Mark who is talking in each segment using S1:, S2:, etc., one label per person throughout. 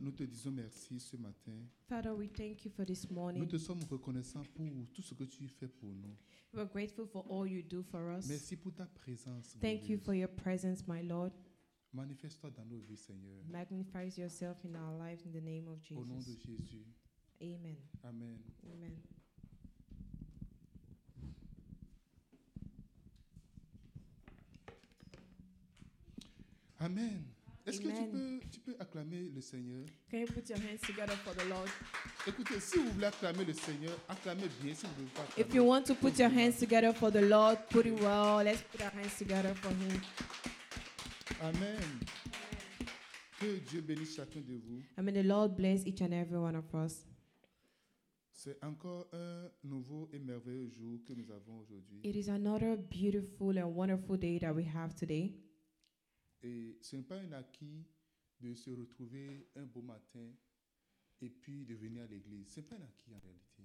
S1: nous te disons merci ce matin.
S2: Father, we thank you for this
S1: Nous
S2: morning.
S1: te sommes reconnaissants pour tout ce que tu fais pour nous.
S2: We're grateful for all you do for us.
S1: Merci pour ta présence.
S2: Thank you
S1: glorieuse.
S2: for your presence, my Lord.
S1: Manifeste-toi dans nos vies, Seigneur.
S2: Magnifies yourself in our lives in the name of
S1: Au nom
S2: Jesus.
S1: de Jésus.
S2: Amen.
S1: Amen.
S2: Amen.
S1: Amen. Est-ce que tu
S2: Amen.
S1: peux, tu peux acclamer le Seigneur
S2: Can you put your hands together for the Lord?
S1: Écoutez, si vous voulez acclamer le Seigneur, acclamez bien. Si vous ne voulez pas
S2: If you
S1: acclamer,
S2: want to put your hands together for the Lord, put it well. Let's put our hands together for Him.
S1: Amen. Que Dieu bénisse chacun de vous.
S2: I mean, the Lord bless each and every one of us.
S1: C'est encore un nouveau et merveilleux jour que nous avons aujourd'hui.
S2: It is another beautiful and wonderful day that we have today.
S1: Et ce n'est pas un acquis de se retrouver un beau matin et puis de venir à l'église. Ce n'est pas un acquis en réalité.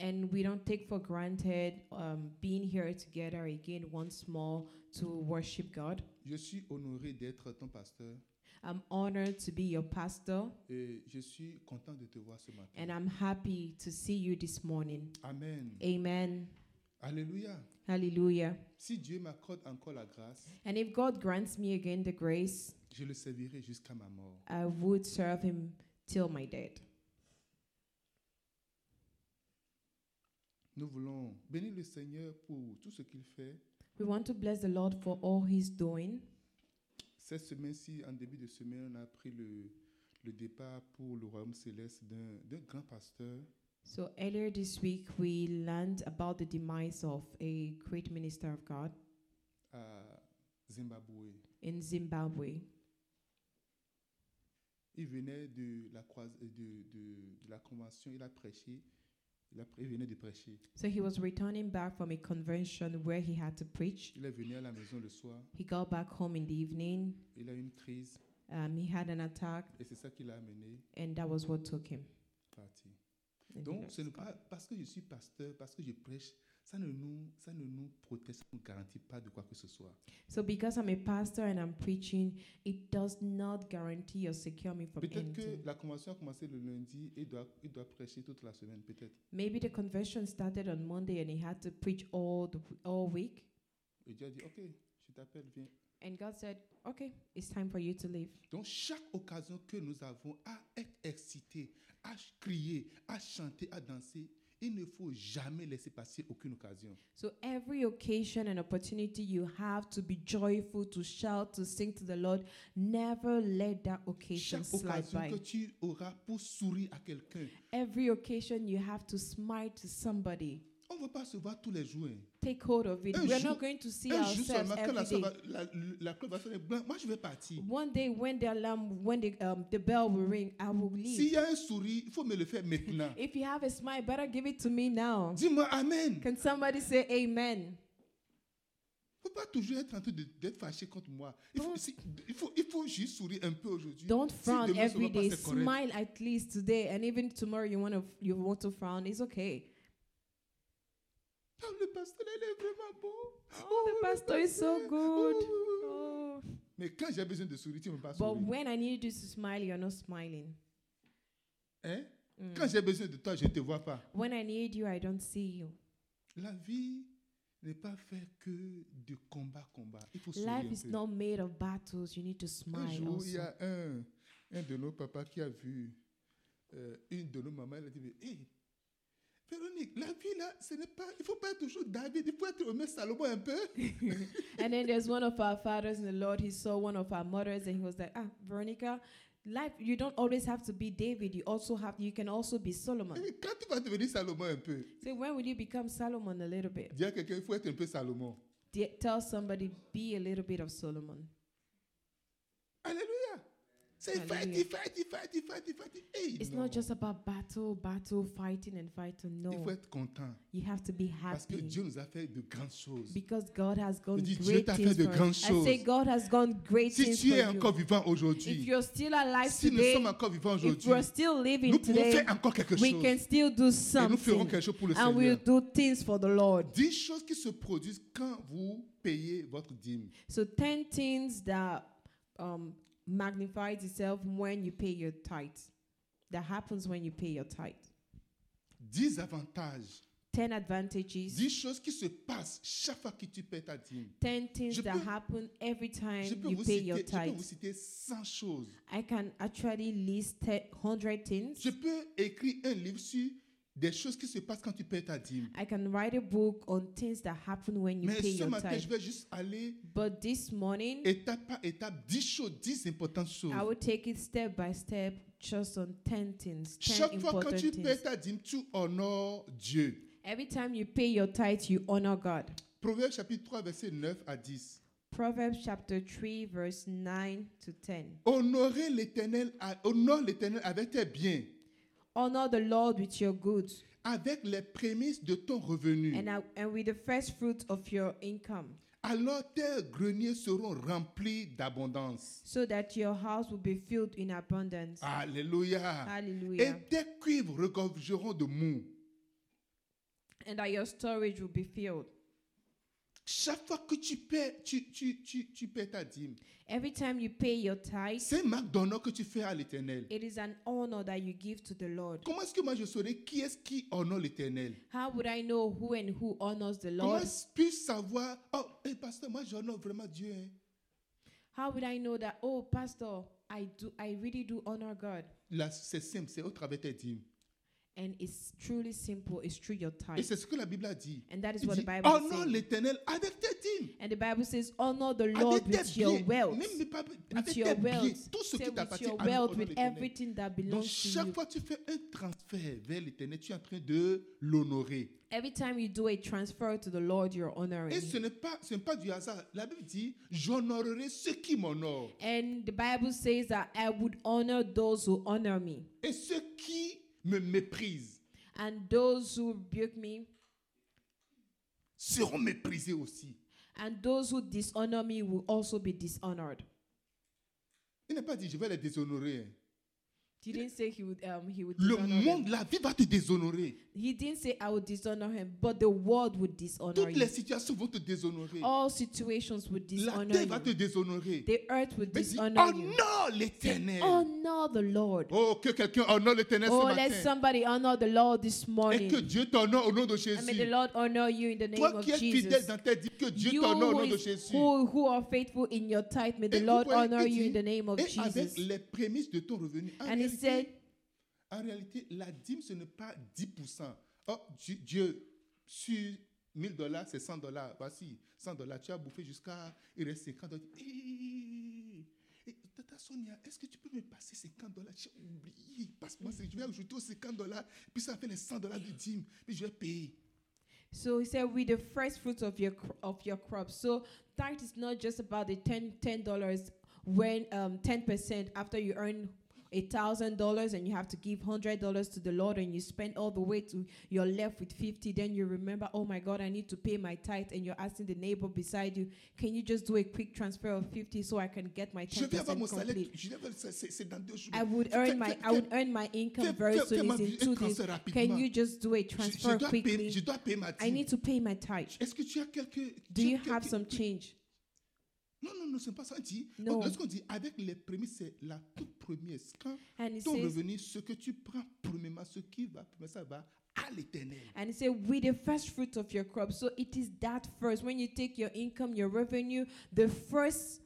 S2: And we don't take for granted um, being here together again once more to worship God.
S1: Je suis honoré d'être ton pasteur
S2: I'm honored to be your pastor,
S1: et je suis content de te voir ce matin.
S2: and I'm happy to see you this morning.
S1: Amen.
S2: Amen.
S1: Alléluia.
S2: Hallelujah.
S1: Si Dieu m'accorde encore la grâce,
S2: And if God grants me again the grace,
S1: je le servirai jusqu'à ma mort.
S2: I would serve Him till my death.
S1: Nous voulons bénir le Seigneur pour tout ce qu'il fait.
S2: We want to bless the Lord for all He's doing.
S1: Cette semaine-ci, en début de semaine, on a pris le, le départ pour le royaume céleste d'un d'un grand pasteur
S2: So earlier this week, we learned about the demise of a great minister of God
S1: à Zimbabwe.
S2: in Zimbabwe.
S1: Il venait de la, croise- euh, de, de- de la convention, il a prêché, il, a, il venait de prêcher.
S2: So he was returning back from a convention where he had to preach.
S1: Il est venu à la maison le soir,
S2: He got back home in the evening.
S1: il a eu une crise
S2: Um, he had an attack,
S1: et c'est ça qui l'a amené
S2: and that was what took him.
S1: à partir.
S2: And he
S1: Donc,
S2: lost
S1: ce n'est
S2: God.
S1: pas parce que je suis pasteur, parce que je prêche, ça ne nous, ça ne nous protège, ça ne nous garantit pas de quoi que ce soit.
S2: So because I'm a pastor and I'm preaching, it does not guarantee or secure me from
S1: Peut-être
S2: anything.
S1: que la convention a commencé le lundi et doit, il doit prêcher toute la semaine, peut-être.
S2: Maybe the convention started on Monday and he had to preach all the all week.
S1: Et Dieu a dit, OK, je t'appelle, viens.
S2: And God said, "Okay, it's time for you to leave."
S1: Donc, chaque occasion que nous avons à être excité, à ch- crier, à chanter, à danser, il ne faut jamais laisser passer aucune occasion.
S2: So every occasion and opportunity you have to be joyful, to shout, to sing to the Lord, never let that occasion
S1: Chaque
S2: slide
S1: occasion
S2: by.
S1: que tu auras pour sourire à quelqu'un.
S2: Every occasion you have to smile to somebody.
S1: On ne va pas se voir tous les jours. hein.
S2: Take hold of it.
S1: Un
S2: We're
S1: jour-
S2: not going to see
S1: Un jour
S2: ourselves
S1: seulement, quand la,
S2: every
S1: soeur
S2: day.
S1: va- la, la cloche va sonner, blanc, moi je vais partir.
S2: One day when the alarm, when the um, the bell will ring, I will
S1: S'il
S2: leave.
S1: y a un sourire, il faut me le faire maintenant.
S2: If you have a smile, better give it to me now.
S1: Dis-moi Amen.
S2: Can somebody say Amen?
S1: Il ne faut pas toujours être en train de- d'être fâché contre moi. Il faut,
S2: Don't-
S1: si- il faut, il faut juste sourire un peu aujourd'hui.
S2: Don't
S1: Si
S2: frown
S1: demain, ce
S2: every
S1: va pas,
S2: day.
S1: c'est correct.
S2: Smile at least today, and even tomorrow you want to you want to frown. It's okay.
S1: Ah, le pasteur, il est vraiment beau.
S2: Oh, the pastor is so good. Oh.
S1: Mais quand j'ai besoin de sourire, tu ne me pas
S2: But
S1: sourire.
S2: when I need you to smile, you're not smiling.
S1: Hein?
S2: Mm.
S1: Quand j'ai besoin de toi, je ne te vois pas.
S2: When I need you, I don't see you.
S1: La vie n'est pas faite que de combat, combat. Il faut sourire.
S2: Life
S1: un
S2: is
S1: peu.
S2: not made of battles. You need to
S1: un
S2: smile
S1: jour, il y
S2: also.
S1: a un, un de nos papas qui a vu euh, une de nos mamans. Elle a dit Hé, Véronique, la vie là, ce n'est pas. Il ne faut pas être toujours David, il faut être au Salomon un peu.
S2: And then there's one of our fathers in the Lord. He saw one of our mothers, and he was like, "Ah, Veronica, life. You don't always have to be David. You also have. You can also be Solomon.
S1: Et Quand tu vas devenir Salomon un peu,
S2: So when will you become Solomon a little bit?
S1: dis à quelqu'un il faut être un peu Salomon.
S2: De- tell somebody, be a little bit of Solomon.
S1: Alléluia. C'est il fight,
S2: Alléluia.
S1: il fight, il fight, il fight, il fight. Hey,
S2: It's
S1: non.
S2: not just about battle, battle, fighting, and fighting.
S1: Il faut
S2: No,
S1: être content
S2: you have to be
S1: parce que
S2: happy."
S1: Dieu nous a fait de grandes choses.
S2: Because God has gone
S1: dis, Dieu
S2: great
S1: t'a fait
S2: things
S1: de
S2: for
S1: grandes
S2: us. I say
S1: choses.
S2: God has gone great
S1: Si
S2: things
S1: tu
S2: for
S1: es
S2: you.
S1: encore vivant
S2: If
S1: aujourd'hui,
S2: you're still alive
S1: si nous
S2: today,
S1: sommes encore vivants
S2: if
S1: aujourd'hui,
S2: we're still living
S1: nous pouvons
S2: today,
S1: faire encore quelque
S2: we
S1: chose.
S2: can still do
S1: Et nous ferons
S2: something.
S1: quelque chose pour le
S2: And we'll
S1: Seigneur.
S2: do things for the Lord.
S1: 10 choses qui se produisent quand vous payez votre dîme.
S2: So 10 things that um, magnifies itself when you pay your tithe. That happens when you pay your tithe.
S1: Dix avantages,
S2: 10 advantages,
S1: dix choses qui se passent chaque fois que tu paies ta dîme.
S2: 10 things
S1: Je
S2: that
S1: peux-
S2: happen every time
S1: Je peux,
S2: you
S1: vous
S2: pay
S1: citer,
S2: your
S1: je peux
S2: tithe.
S1: vous citer 100 choses.
S2: I can actually list te- 100 things.
S1: Je peux écrire un livre sur des choses qui se passent quand tu paies ta dîme.
S2: I can write a book on things that happen when you
S1: Mais
S2: pay
S1: ce
S2: your
S1: matin,
S2: tithe.
S1: je vais juste aller
S2: But this morning,
S1: étape par étape, 10 choses, 10 importantes choses.
S2: I will take it step by step, just on 10 things, 10
S1: Chaque fois que
S2: important
S1: tu paies
S2: things.
S1: ta dîme, tu honores Dieu.
S2: Every time you pay your tithe, you honor God.
S1: Proverbe chapitre 3, verset 9 à 10.
S2: Proverbs chapter 3, verse 9 to 10.
S1: Honorer l'éternel, à- honore l'éternel avec tes biens,
S2: Honor the Lord with your goods
S1: avec les prémices de ton revenu.
S2: and, I- and with the first fruit of your income,
S1: Alors tes greniers seront remplis d'abondance.
S2: so that your house will be filled in abundance.
S1: Alléluia. Et
S2: Hallelujah.
S1: tes cuivres regorgeront de mou.
S2: And that your storage will be filled.
S1: Chaque fois que tu paies, tu, tu, tu, tu paies ta dîme,
S2: Every time you pay your tithe,
S1: c'est un marque d'honneur que tu fais à l'éternel.
S2: it is an honor that you give to the Lord.
S1: Comment est-ce que moi je saurais qui est-ce qui honore l'éternel
S2: How would I know who and who honors the
S1: Comment
S2: Lord?
S1: est-ce que puis savoir Oh, eh, pasteur, moi j'honore vraiment Dieu. hein.
S2: How would I know that? Oh, pastor, I do. I really do honor God,
S1: Là, c'est simple, c'est au travers de tes dîmes.
S2: and it's truly simple. It's through your
S1: Et
S2: tithe,
S1: c'est ce que la Bible a dit.
S2: and that is
S1: Il
S2: what
S1: dit
S2: the Bible is
S1: honore
S2: saying.
S1: l'éternel avec tes dîmes.
S2: And the Bible says, honor the
S1: Avec
S2: Lord
S1: tes
S2: with your
S1: biens,
S2: wealth,
S1: même pas-
S2: with
S1: avec
S2: your
S1: tes biens,
S2: wealth,
S1: tout ce
S2: Say
S1: qui
S2: with
S1: t'appartient
S2: your
S1: à
S2: wealth,
S1: nous, honore
S2: with
S1: l'éternel.
S2: everything that
S1: Donc
S2: belongs to
S1: chaque
S2: you.
S1: fois que tu fais un transfert vers l'éternel, tu es en train de l'honorer.
S2: Every time you do a transfer to the Lord, you're honoring.
S1: Et
S2: Him.
S1: ce n'est pas, ce n'est pas du hasard. La Bible dit, j'honorerai ceux qui m'honorent.
S2: And the Bible says that I would honor those who honor me,
S1: Et ceux qui me méprisent
S2: and those who rebuke me,
S1: seront méprisés aussi.
S2: and those who dishonor me will also be dishonored.
S1: Il n'a pas dit, je vais les déshonorer. hein.
S2: He didn't say he would um he would
S1: Le
S2: dishonor them.
S1: monde, la vie va te déshonorer.
S2: He didn't say I would dishonor him, but the world would dishonor
S1: Toutes les
S2: you.
S1: situations vont te déshonorer.
S2: All situations would
S1: La
S2: dishonor
S1: terre va te
S2: you.
S1: déshonorer.
S2: The earth would
S1: Mais dis,
S2: dishonor you.
S1: honore
S2: Say,
S1: l'éternel.
S2: Honor the Lord.
S1: Oh, que quelqu'un honore l'éternel
S2: Oh,
S1: ce
S2: let
S1: matin.
S2: somebody honor the Lord this
S1: Et que
S2: morning.
S1: Dieu t'honore au nom de
S2: And may the
S1: Jésus.
S2: Lord honor you in the name
S1: Toi
S2: of
S1: qui es fidèle
S2: Jesus.
S1: dans ta vie, que Dieu
S2: You
S1: t'honore au
S2: who,
S1: nom de
S2: is,
S1: Jésus.
S2: who, who are faithful in your tithe, may the
S1: Et vous
S2: Lord
S1: voyez,
S2: honor
S1: il
S2: you
S1: dit,
S2: in the name of
S1: et avec
S2: Jesus.
S1: les prémices de ton revenu. En,
S2: And he
S1: réalité,
S2: said,
S1: en réalité, la dîme, ce n'est pas 10%. Oh, Dieu, Dieu, sur 1000 dollars, c'est 100 dollars. Voici, 100 dollars, tu as bouffé jusqu'à... Il reste 50 dollars. Hé, hé, hé, hé, Tata Sonia, est-ce que tu peux me passer 50 dollars J'ai oublié. Passe-moi, c'est- je vais ajouter aux 50 dollars. Puis ça fait les 100 dollars de dîme. Puis je vais payer.
S2: So he said, with the first fruits of your cr- of your crop. So tithe is not just about the 10 dollars when um ten percent after you earn a thousand dollars and you have to give hundred dollars to the Lord and you spend all the way to you're left with fifty. Then you remember, oh my God, I need to pay my tithe, and you're asking the neighbor beside you, can you just do a quick transfer of fifty so I can get my
S1: Je
S2: ten
S1: vais avoir
S2: percent
S1: mon salaire.
S2: complete?
S1: Je vais avoir- c'est- C'est c'est dans deux jours.
S2: I would
S1: Fais-
S2: earn my
S1: fais-
S2: I would earn my income
S1: fais-
S2: very
S1: fais-
S2: soon.
S1: fais-moi
S2: It's in
S1: un
S2: two days.
S1: transfert
S2: Can
S1: rapidement.
S2: you just do
S1: Je-
S2: a
S1: je
S2: transfer
S1: dois payer- Je
S2: quickly?
S1: dois payer ma
S2: I
S1: dîme.
S2: need to pay my tithe.
S1: Est-ce que tu as quelques. tu
S2: Do
S1: as
S2: you have
S1: quelques-
S2: some change?
S1: Non, non, non, ce n'est pas ça. On dit,
S2: Non.
S1: lorsqu'on dit avec les prémices, c'est la toute première. Quand
S2: And he
S1: ton
S2: says,
S1: revenu, ce que tu prends, premièrement, ce qui va, premièrement, ça va à l'éternel.
S2: and he said, with the first fruit of your crop. So it is that first. When you take your income, your revenue, the first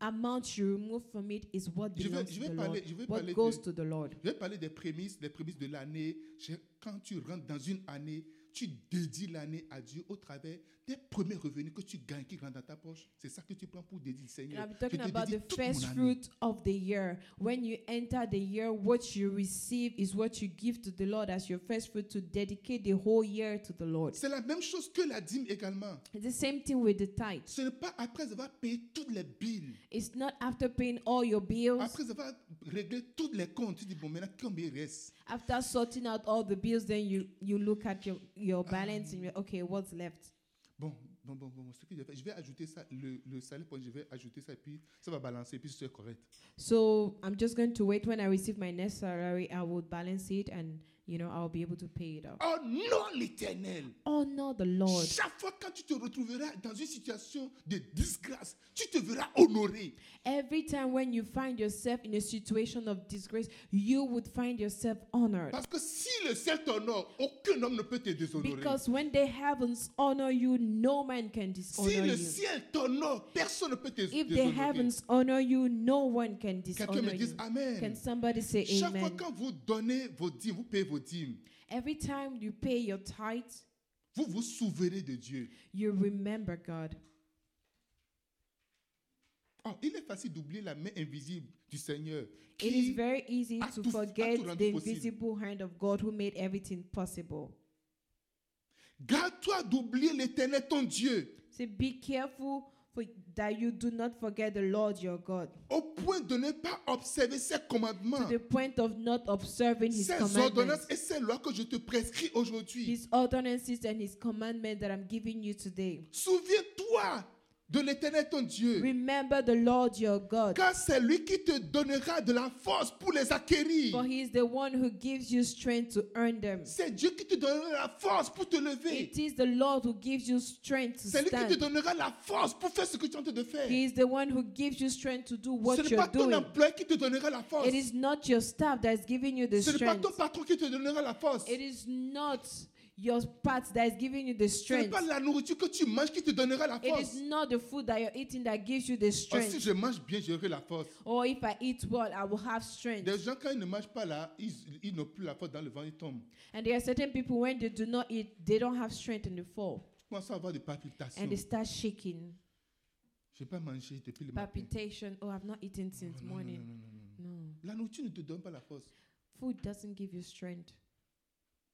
S2: amount you remove from it is what
S1: Je vais,
S2: belongs
S1: je
S2: to
S1: vais
S2: the
S1: parler,
S2: Lord.
S1: je vais parler
S2: What
S1: de-
S2: goes to the Lord.
S1: je vais parler des prémices, des prémices de l'année. Je- Quand tu rentres dans une année, tu dédies l'année à Dieu au travers des premiers revenus que tu gagnes, qui rentrent dans ta poche. C'est ça que tu prends pour dédier le
S2: And
S1: Seigneur.
S2: I'm
S1: Je
S2: talking
S1: te
S2: about
S1: dédie
S2: the
S1: toute mon
S2: first
S1: année.
S2: fruit of the year. When you enter the year, what you receive is what you give to the Lord as your first fruit to dedicate the whole year to the Lord.
S1: C'est la même chose que la dîme également.
S2: It's the same thing with the tithe.
S1: Ce n'est pas après avoir payé toutes les billes,
S2: It's not after paying all your bills,
S1: après avoir réglé tous les comptes, tu dis, bon, maintenant, combien il reste
S2: after sorting out all the bills then you you look at your your balance and you're okay what's left
S1: Bon, bon, bon, bon, bon, ce que je vais faire, je vais ajouter ça, le, le salaire, point, je vais ajouter ça, et puis ça va balancer, et puis c'est correct.
S2: so i'm just going to wait when i receive my next salary i will balance it and you know, I'll be able to pay it off.
S1: Oh non, l'éternel.
S2: Honor the Lord.
S1: Chaque fois quand tu te retrouveras dans une situation de disgrâce, tu te verras honoré.
S2: Every time when you find yourself in a situation of disgrace, you would find yourself honored.
S1: Parce que si le ciel t'honore, aucun homme ne peut te déshonorer.
S2: Because when the heavens honor you, no man can
S1: si
S2: dishonor
S1: le
S2: you.
S1: ciel t'honore, personne ne peut te
S2: If the
S1: déshonorer.
S2: heavens honor you, no one can
S1: Quelqu'un me
S2: dishonor
S1: dise
S2: you. Can
S1: Amen.
S2: somebody say
S1: Chaque fois
S2: amen?
S1: quand vous donnez vos dîmes, vous payez vos dîmes,
S2: Every time you pay your tithes,
S1: vous vous souvenez de Dieu.
S2: you remember God.
S1: Oh, il est facile d'oublier la main invisible du Seigneur.
S2: It is
S1: Qui,
S2: very easy
S1: a
S2: to
S1: tout- a tout
S2: forget
S1: rendu
S2: the
S1: possible.
S2: invisible hand of God who made everything possible.
S1: garde-toi d'oublier l'éternel, ton Dieu,
S2: So be careful for that you do not forget the Lord your God
S1: au point de ne pas observer ses
S2: to
S1: commandements,
S2: the point of not observing his
S1: ses ordonnances
S2: commandments,
S1: et ses lois que je te prescris aujourd'hui.
S2: his ordinances and his commandment that I'm giving you today.
S1: Souviens-toi de l'éternel, ton Dieu,
S2: Remember the Lord your God,
S1: car c'est lui qui te donnera de la force pour les acquérir.
S2: for he is the one who gives you strength to earn them.
S1: C'est Dieu qui te donnera la force pour te lever.
S2: It is the Lord who gives you strength to
S1: C'est lui qui te
S2: stand.
S1: donnera la force pour faire ce que tu es en train de faire.
S2: He is the one who gives you strength to do
S1: Ce
S2: what
S1: n'est
S2: you're
S1: pas ton
S2: doing.
S1: employeur qui te donnera la force.
S2: It is not your staff that is giving you the
S1: Ce n'est pas ton
S2: strength.
S1: patron qui te donnera la force.
S2: It is not your part that is giving you the
S1: Ce n'est
S2: strength.
S1: pas la nourriture que tu manges qui te donnera la
S2: It
S1: force.
S2: is not the food that you're eating that gives you the
S1: Oh, si
S2: strength.
S1: je mange bien, j'aurai la force.
S2: Or if I eat well, I will have strength.
S1: Des gens, quand ils ne mangent pas là, ils, ils n'ont plus la force dans le vent, ils tombent.
S2: And there are certain people when they do not eat, they don't have strength and they fall.
S1: Tu commences à avoir des palpitations.
S2: And they start shaking.
S1: Je n'ai pas mangé depuis le matin.
S2: Palpitation. Oh, I've not eaten since
S1: Non, non, non, non, non,
S2: morning.
S1: non, non.
S2: No.
S1: La nourriture ne te donne pas la force.
S2: Food doesn't give you strength.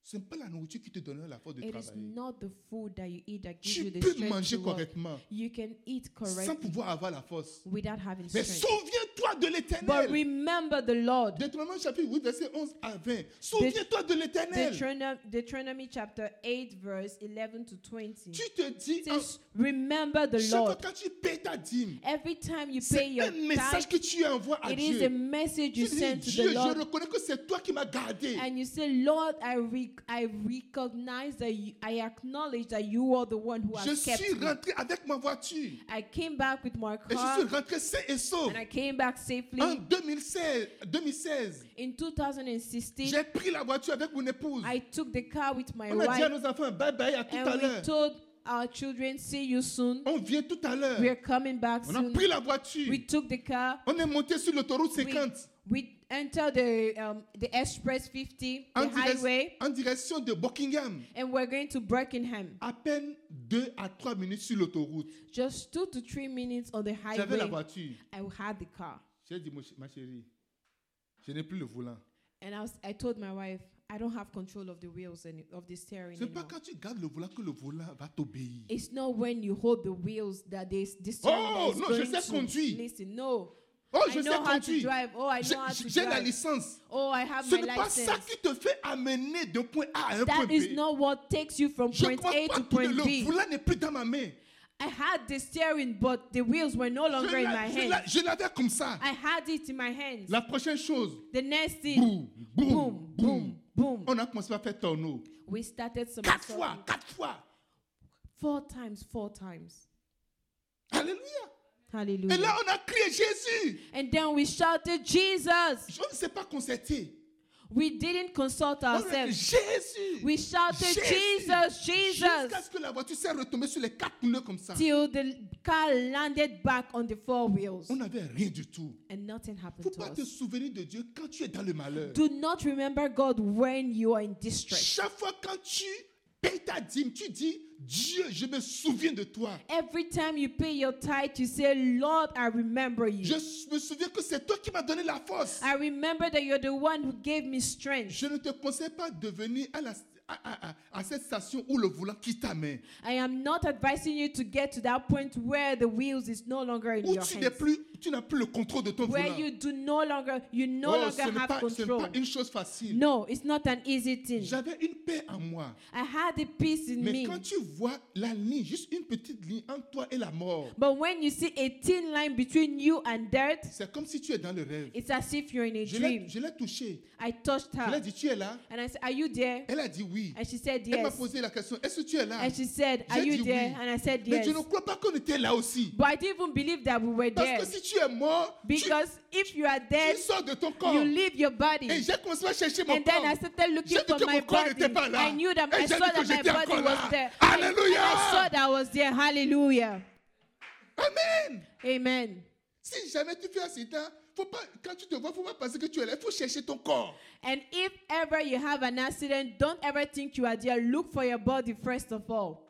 S1: Ce n'est pas la nourriture qui te donnera la force de
S2: It is
S1: travailler.
S2: not the food that you eat that gives you
S1: Tu
S2: the
S1: peux
S2: strength to
S1: manger
S2: work.
S1: correctement
S2: You can eat
S1: sans
S2: correctly
S1: pouvoir avoir la force.
S2: without having
S1: Mais
S2: strength.
S1: souviens-toi de
S2: But
S1: l'éternel.
S2: remember the Lord.
S1: Deutéronome chapitre 8, verset 11 à 20. Souviens-toi de l'éternel.
S2: Deuteronomy, Deuteronomy chapter 8, verse 11 to 20.
S1: Tu te dis,
S2: It
S1: en
S2: says, Remember the
S1: Chaque fois
S2: Lord.
S1: quand tu paies ta dîme,
S2: Every time you pay
S1: c'est
S2: your
S1: un message
S2: tithe,
S1: que tu envoies à
S2: it is
S1: Dieu.
S2: a message you
S1: Tu dis,
S2: send to
S1: Dieu,
S2: the
S1: je
S2: Lord.
S1: reconnais que c'est toi qui m'as gardé.
S2: And you say, Lord, I, re- I recognize that you, I acknowledge that you are the one who
S1: Je
S2: has kept
S1: suis
S2: me.
S1: rentré avec ma voiture
S2: I came back with my
S1: et je
S2: car
S1: suis rentré sain et sauf.
S2: and I came back
S1: En
S2: safely.
S1: 2016, 2016
S2: In 2016,
S1: j'ai pris la voiture avec mon épouse.
S2: I took the car with my
S1: On a dit à
S2: wife
S1: nos enfants, bye bye, à tout à
S2: and we
S1: l'heure.
S2: told our children, See you soon.
S1: On vient tout à l'heure.
S2: We are coming back
S1: On a
S2: soon.
S1: pris la voiture.
S2: We took the car.
S1: On est monté sur l'autoroute
S2: We-
S1: 50
S2: We entered the um, the express 50, the
S1: en, direc-
S2: highway,
S1: en direction de Buckingham.
S2: and we're going to Birkenham.
S1: À peine 2 à 3 minutes sur l'autoroute.
S2: Just two to three minutes on the
S1: J'avais la
S2: highway.
S1: voiture.
S2: I had the car,
S1: J'ai dit, Mon ch- ma chérie, je n'ai plus le volant.
S2: and I was, I told my wife I don't have control of the wheels and of the steering
S1: Ce n'est pas
S2: anymore.
S1: quand tu gardes le volant que le volant va t'obéir.
S2: It's not when you hold the wheels that they the steering
S1: Oh,
S2: is
S1: non, je
S2: going
S1: sais
S2: to
S1: conduire.
S2: listen. No,
S1: Oh,
S2: I
S1: je sais
S2: know how to
S1: conduire.
S2: drive. Oh, I
S1: J'ai-
S2: know how to
S1: J'ai la
S2: drive.
S1: licence.
S2: Oh, I have
S1: Ce
S2: my
S1: n'est pas ça
S2: license.
S1: qui te fait amener de point A à un point
S2: That
S1: B.
S2: is not what takes you from
S1: Je
S2: point
S1: commence
S2: A
S1: pas
S2: to
S1: à tourner,
S2: point
S1: Le
S2: B.
S1: volant n'est plus dans ma main.
S2: I had the steering, but the wheels were no
S1: Je
S2: longer in my
S1: la- je
S2: hands.
S1: la- je l'avais comme ça.
S2: I had it in my hands.
S1: La prochaine chose,
S2: The next thing,
S1: boum,
S2: boom,
S1: boom,
S2: boom,
S1: boom.
S2: boom.
S1: On a commencé à faire tonneau.
S2: We started some
S1: Quatre fois, quatre fois.
S2: four times, four times.
S1: Alléluia. Et
S2: Hallelujah.
S1: là, on a crié Jésus.
S2: And then we shouted, Jesus.
S1: Je ne sais pas concerté.
S2: We didn't consult
S1: On a dit,
S2: ourselves.
S1: Jésus.
S2: We shouted, Jesus,
S1: Jusqu'à
S2: Jesus,
S1: ce que la voiture s'est retombée sur les quatre pneus comme ça.
S2: till the car landed back on the four wheels.
S1: On n'avait rien du tout.
S2: And nothing
S1: Faut
S2: happened to
S1: pas te
S2: us.
S1: souvenir de Dieu quand tu es dans le malheur.
S2: Do not remember God when you are in distress.
S1: Chaque fois quand tu payes ta dîme, tu dis Dieu, je me souviens de toi.
S2: Every time you pay your tithe, you say, Lord, I remember
S1: Je
S2: you.
S1: me souviens que c'est toi qui m'as donné la force.
S2: I remember that you're the one who gave me strength.
S1: Je ne te conseille pas de venir à, la- à- à- à- à cette station où le volant quitte ta main,
S2: I am not advising you to get to that point where the wheels is no longer in
S1: où
S2: your
S1: tu n'es
S2: hands,
S1: plus tu n'as plus le contrôle de ton
S2: where
S1: volant.
S2: you do no longer you no
S1: Oh, ce
S2: longer
S1: n'est
S2: have
S1: pas, ce n'est pas
S2: control.
S1: une chose facile.
S2: No, it's not an easy thing.
S1: J'avais une paix en moi.
S2: I had the peace in
S1: Mais
S2: me.
S1: quand tu vois la ligne, juste une petite ligne entre toi et la mort,
S2: But when you see a thin line between you and death,
S1: c'est comme si tu es dans le rêve.
S2: it's as if you're in a
S1: Je l'ai
S2: dream. Ah.
S1: je l'ai touchée.
S2: I touched
S1: Je l'ai
S2: her
S1: dit, tu es là
S2: and I said, Are you there?
S1: Elle a dit oui.
S2: And she said
S1: Elle m'a
S2: yes.
S1: posé la question, est-ce que tu es là
S2: And she said, Are
S1: J'ai
S2: you
S1: dit
S2: there?
S1: oui.
S2: And I said
S1: Mais
S2: yes.
S1: je ne crois pas qu'on était là aussi.
S2: But I didn't even believe that we were
S1: Parce
S2: there.
S1: que si tu es mort, tu,
S2: Because if you are
S1: tu
S2: dead,
S1: sors de ton corps.
S2: you leave your body.
S1: Et
S2: And
S1: j'ai commencé à chercher mon
S2: then I
S1: corps.
S2: started looking
S1: J'ai dit
S2: for
S1: que
S2: my
S1: mon corps
S2: body.
S1: n'était pas là.
S2: I knew that
S1: Et
S2: I
S1: j'ai
S2: saw
S1: dit que
S2: that my
S1: j'étais
S2: body
S1: encore là.
S2: was there. And- and
S1: Alléluia.
S2: I saw that I was there. Hallelujah.
S1: Amen.
S2: Amen.
S1: Si jamais tu fais un accident, faut pas, quand tu te vois, faut pas penser que tu es là. Il faut chercher ton corps.
S2: And if ever you have an accident, don't ever think you are there. Look for your body first of all.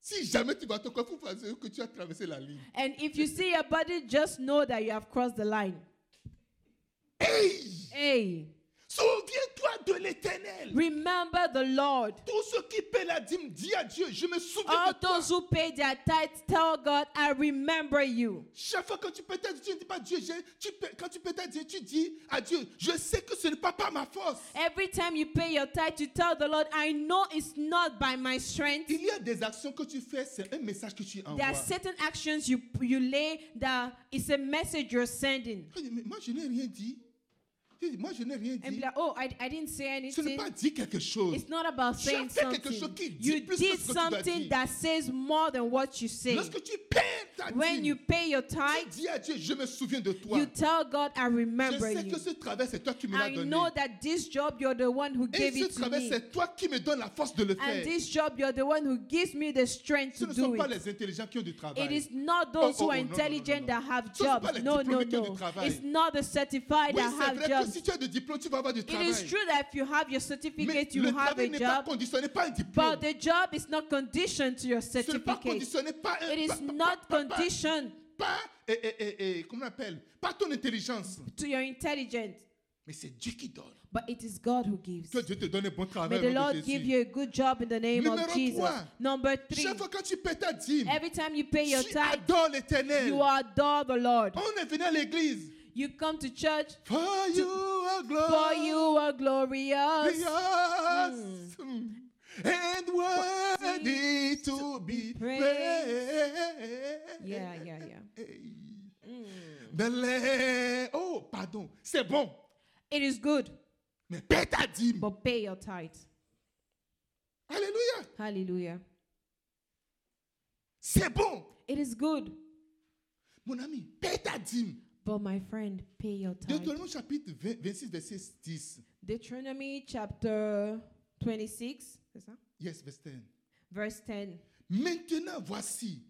S1: Si jamais tu vois ton corps, faut penser que tu as traversé la ligne.
S2: And if you see your body, just know that you have crossed the line.
S1: Hey,
S2: Hey,
S1: souviens-toi de l'éternel.
S2: remember the Lord.
S1: Tous ceux qui paient la dîme, dis à Dieu, je me souviens
S2: All
S1: de toi.
S2: those who pay their tithes, tell God, I remember you.
S1: Chaque fois que tu peux ta dîme, tu ne dis pas Dieu, j'ai- tu peux- quand tu peux ta dîme, tu dis à Dieu, je sais que ce n'est pas par ma force.
S2: Every time you pay your tithe, you tell the Lord, I know it's not by my strength.
S1: Il y a des actions que tu fais, c'est un message que tu
S2: There
S1: envoies.
S2: are certain actions you you lay that it's a message you're sending.
S1: Il dit, Mais moi, je n'ai rien dit. Il dit, Moi, je n'ai rien
S2: And be
S1: dit.
S2: like, oh, I, I didn't say
S1: Ce n'est
S2: anything.
S1: pas dit quelque chose.
S2: It's not about
S1: Tu as
S2: saying
S1: fait quelque
S2: something.
S1: chose qui dit
S2: You
S1: plus que
S2: did
S1: ce que tu dois
S2: something
S1: dire.
S2: that says more than what you say.
S1: Lorsque tu perds ta
S2: When you
S1: dîme,
S2: pay your
S1: tu
S2: tithe,
S1: dis à Dieu, je me souviens de toi.
S2: you tell God, I
S1: Je
S2: remember
S1: sais
S2: you.
S1: que ce travail, c'est toi qui me l'as
S2: I
S1: donné.
S2: know that this job, you're the one who
S1: Et
S2: gave
S1: ce
S2: it to
S1: travail,
S2: me.
S1: c'est toi qui me donne la force de le
S2: And
S1: faire.
S2: this job, you're the one who gives me the strength
S1: Ce
S2: to
S1: ne
S2: do
S1: sont pas
S2: it.
S1: les intelligents qui ont du
S2: It
S1: travail.
S2: is not
S1: Oh,
S2: those
S1: oh,
S2: who are
S1: oh, no, no, no,
S2: intelligent
S1: no.
S2: that have
S1: Ce ne sont
S2: jobs.
S1: pas les
S2: No, no,
S1: diplômés qui ont du
S2: no.
S1: travail.
S2: It's not the certified
S1: Oui,
S2: that
S1: c'est
S2: have
S1: vrai que
S2: jobs.
S1: si tu as des diplômes, tu vas avoir du
S2: It
S1: travail.
S2: is true that if you have your
S1: Mais
S2: certificate, you
S1: le
S2: have a
S1: travail n'est pas
S2: job.
S1: conditionné par un diplôme.
S2: But the job is not conditioned to your
S1: Ce n'est pas
S2: certificate.
S1: conditionné par un
S2: It is
S1: par- par-
S2: not
S1: par- par-
S2: conditioned
S1: Pas, eh, eh, eh, eh, comment on appelle Pas ton intelligence.
S2: to your intelligence,
S1: Mais c'est Dieu qui donne.
S2: but it is God who gives.
S1: Que Dieu te donne un bon
S2: May
S1: travail.
S2: the
S1: au nom de
S2: Lord give
S1: Jésus.
S2: you a good job in the name
S1: Numéro
S2: of Jesus.
S1: trois.
S2: Number three,
S1: Chaque fois que tu paies ta dîme,
S2: every time you pay your
S1: tu
S2: tithe,
S1: adores l'éternel.
S2: you adore the Lord.
S1: On est venu à l'église.
S2: You come to church,
S1: For you are
S2: for
S1: glorious.
S2: you are Mm. glorious
S1: And worthy to be
S2: praised.
S1: praised.
S2: Yeah, yeah, yeah.
S1: Hey. Belé- Oh, pardon. C'est bon.
S2: It is good,
S1: Mais paie ta dîme.
S2: but pay your tithe.
S1: Alléluia.
S2: Hallelujah.
S1: C'est bon.
S2: It is good,
S1: Mon ami, paie ta dîme.
S2: but my friend, pay your tithe.
S1: Deutéronome chapitre 20 26, verset 10.
S2: Deuteronomy chapter 26, c'est ça?
S1: Yes, verse 10.
S2: verse 10.
S1: Maintenant, voici,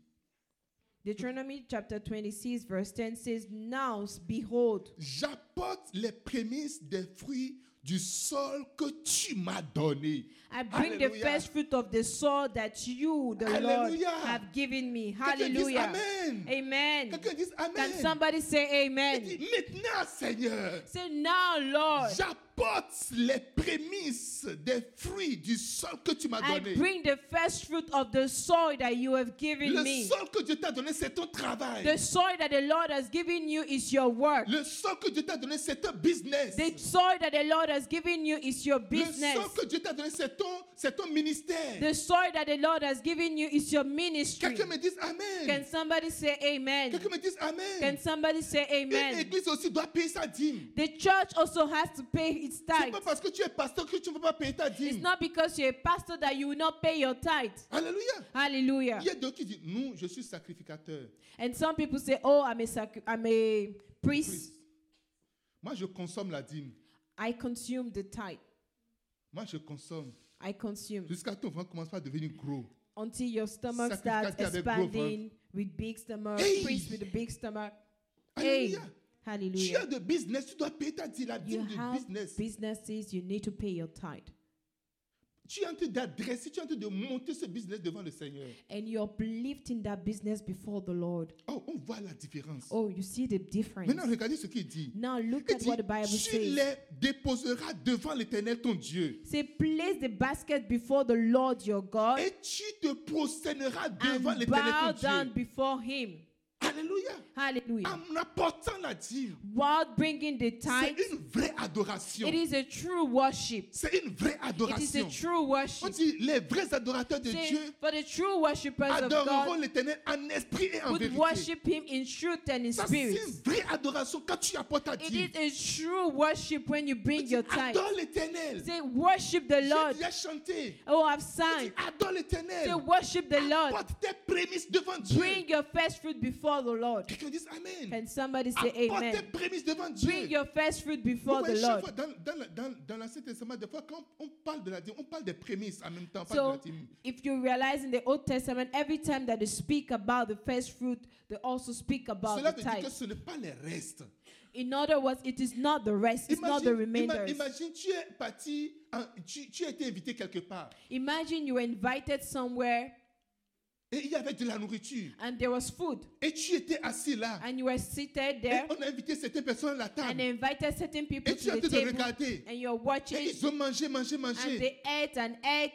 S2: Deuteronomy chapter 26, verse 10 says, Now behold,
S1: j'apporte les prémices des fruits du sol que tu m'as donné.
S2: I bring the
S1: Hallelujah.
S2: first fruit of the soil that you, the
S1: Hallelujah.
S2: Lord, have given me.
S1: Quelqu'un dise
S2: Hallelujah.
S1: Amen.
S2: Amen.
S1: Quelqu'un dise Amen.
S2: Can somebody say
S1: Il
S2: amen?
S1: dit, maintenant, Seigneur,
S2: Say now, Lord,
S1: j'apporte les prémices des fruits du sol que tu m'as
S2: I
S1: donné.
S2: bring the first fruit of the soil that you have given
S1: Le
S2: me.
S1: sol que Dieu t'a donné, c'est ton travail.
S2: The soil that the Lord has given you is your work.
S1: Le sol que Dieu t'a donné, c'est ton business.
S2: The soil that the Lord has given you is your
S1: Le
S2: business.
S1: sol que Dieu t'a donné, c'est ton, c'est ton ministère.
S2: The soil that the Lord has given you is your ministry.
S1: Quelqu'un me dise
S2: Can
S1: Amen.
S2: somebody say amen?
S1: Quelqu'un me dise
S2: Can
S1: Amen.
S2: somebody say
S1: Une
S2: amen?
S1: église aussi doit payer sa dîme.
S2: The church also has to pay its
S1: C'est
S2: tithe.
S1: pas parce que tu es pasteur que tu ne peux pas payer ta
S2: It's
S1: dîme.
S2: not because you're a pastor that you will not pay your tithe.
S1: Alléluia.
S2: Hallelujah.
S1: Il y a d'autres qui disent, non, je suis sacrificateur.
S2: And some people say, "Oh, I'm a sac- I'm a priest.
S1: Christ. Moi, je consomme la dîme.
S2: I consume the tithe.
S1: Moi, je consomme.
S2: I consume
S1: Jusqu'à ton ventre commence pas à devenir gros.
S2: until your stomach
S1: Sacrificateur
S2: starts
S1: avec gros ventre.
S2: expanding with big stomach,
S1: Hey.
S2: priest with a big stomach. Hey,
S1: Alléluia. Tu as
S2: hallelujah.
S1: de business, tu dois payer ta dîme, la
S2: You
S1: dîme de
S2: have
S1: business.
S2: businesses, you need to pay your tithe.
S1: Tu es en train d'adresser, tu es en train de monter ce business devant le Seigneur.
S2: and you're uplifting that business before the Lord.
S1: Oh, on voit la différence.
S2: Oh, you see the difference.
S1: Maintenant, regardez ce qu'il dit.
S2: Now look
S1: Il
S2: at
S1: dit,
S2: what the Bible
S1: tu
S2: says.
S1: les déposeras devant l'Éternel ton Dieu.
S2: Say, place the basket before the Lord your God
S1: Et tu te prosterneras devant
S2: Oh. and
S1: l'Éternel
S2: bow
S1: ton
S2: down
S1: Dieu.
S2: before Him.
S1: Alléluia.
S2: Hallelujah.
S1: En apportant la dîme,
S2: While bringing the
S1: c'est
S2: tithe,
S1: une vraie adoration.
S2: it is a true worship.
S1: C'est une vraie
S2: It is a
S1: adoration.
S2: true
S1: On
S2: worship.
S1: dit, les vrais adorateurs de
S2: Say,
S1: Dieu
S2: For the true worshippers of
S1: adoreront
S2: God
S1: l'éternel en esprit et en
S2: would
S1: vérité.
S2: worship Him in truth and in
S1: Ça, c'est
S2: spirit.
S1: une vraie adoration quand tu apportes ta dîme.
S2: It is a true worship when you
S1: On
S2: bring
S1: dit,
S2: your tithe.
S1: Adore l'éternel.
S2: Say, worship the
S1: J'ai
S2: Lord.
S1: déjà chanté.
S2: Oh,
S1: On
S2: I've
S1: dit,
S2: sang.
S1: Adore l'éternel.
S2: Say, worship the Lord.
S1: Porte tes prémices devant Dieu.
S2: Bring your first fruit before the Lord.
S1: Quelqu'un dise Amen.
S2: Can somebody say
S1: Apporte tes
S2: amen?
S1: prémices devant
S2: Bring
S1: Dieu.
S2: your first fruit
S1: Vous
S2: before the
S1: voyez, chaque
S2: Lord.
S1: fois, dans, dans, la- dans, dans l'Ancien Testament, des fois, quand on parle de la dîme, on parle des prémices en même temps, pas de
S2: So,
S1: la dîme.
S2: if you realize in the Old Testament, every time that they speak about the first fruit, they also speak about
S1: Cela
S2: the
S1: veut dire
S2: tithe.
S1: que ce n'est pas les restes.
S2: In other words, it is not the rest, it's not the
S1: Imagine, ima-
S2: remainders.
S1: imagine, tu es parti, en- tu, tu as été invité quelque part
S2: Imagine you were invited somewhere
S1: et il y avait de la nourriture
S2: and there was food,
S1: et tu étais assis là.
S2: and you were seated
S1: Et
S2: there,
S1: on a invité certaines personnes à la
S2: and
S1: table
S2: they invited certain people
S1: et
S2: to
S1: tu as
S2: the
S1: été de
S2: table,
S1: regarder.
S2: and you're
S1: Et
S2: watching,
S1: ils ont mangé, mangé,
S2: and
S1: mangé.
S2: they ate and ate,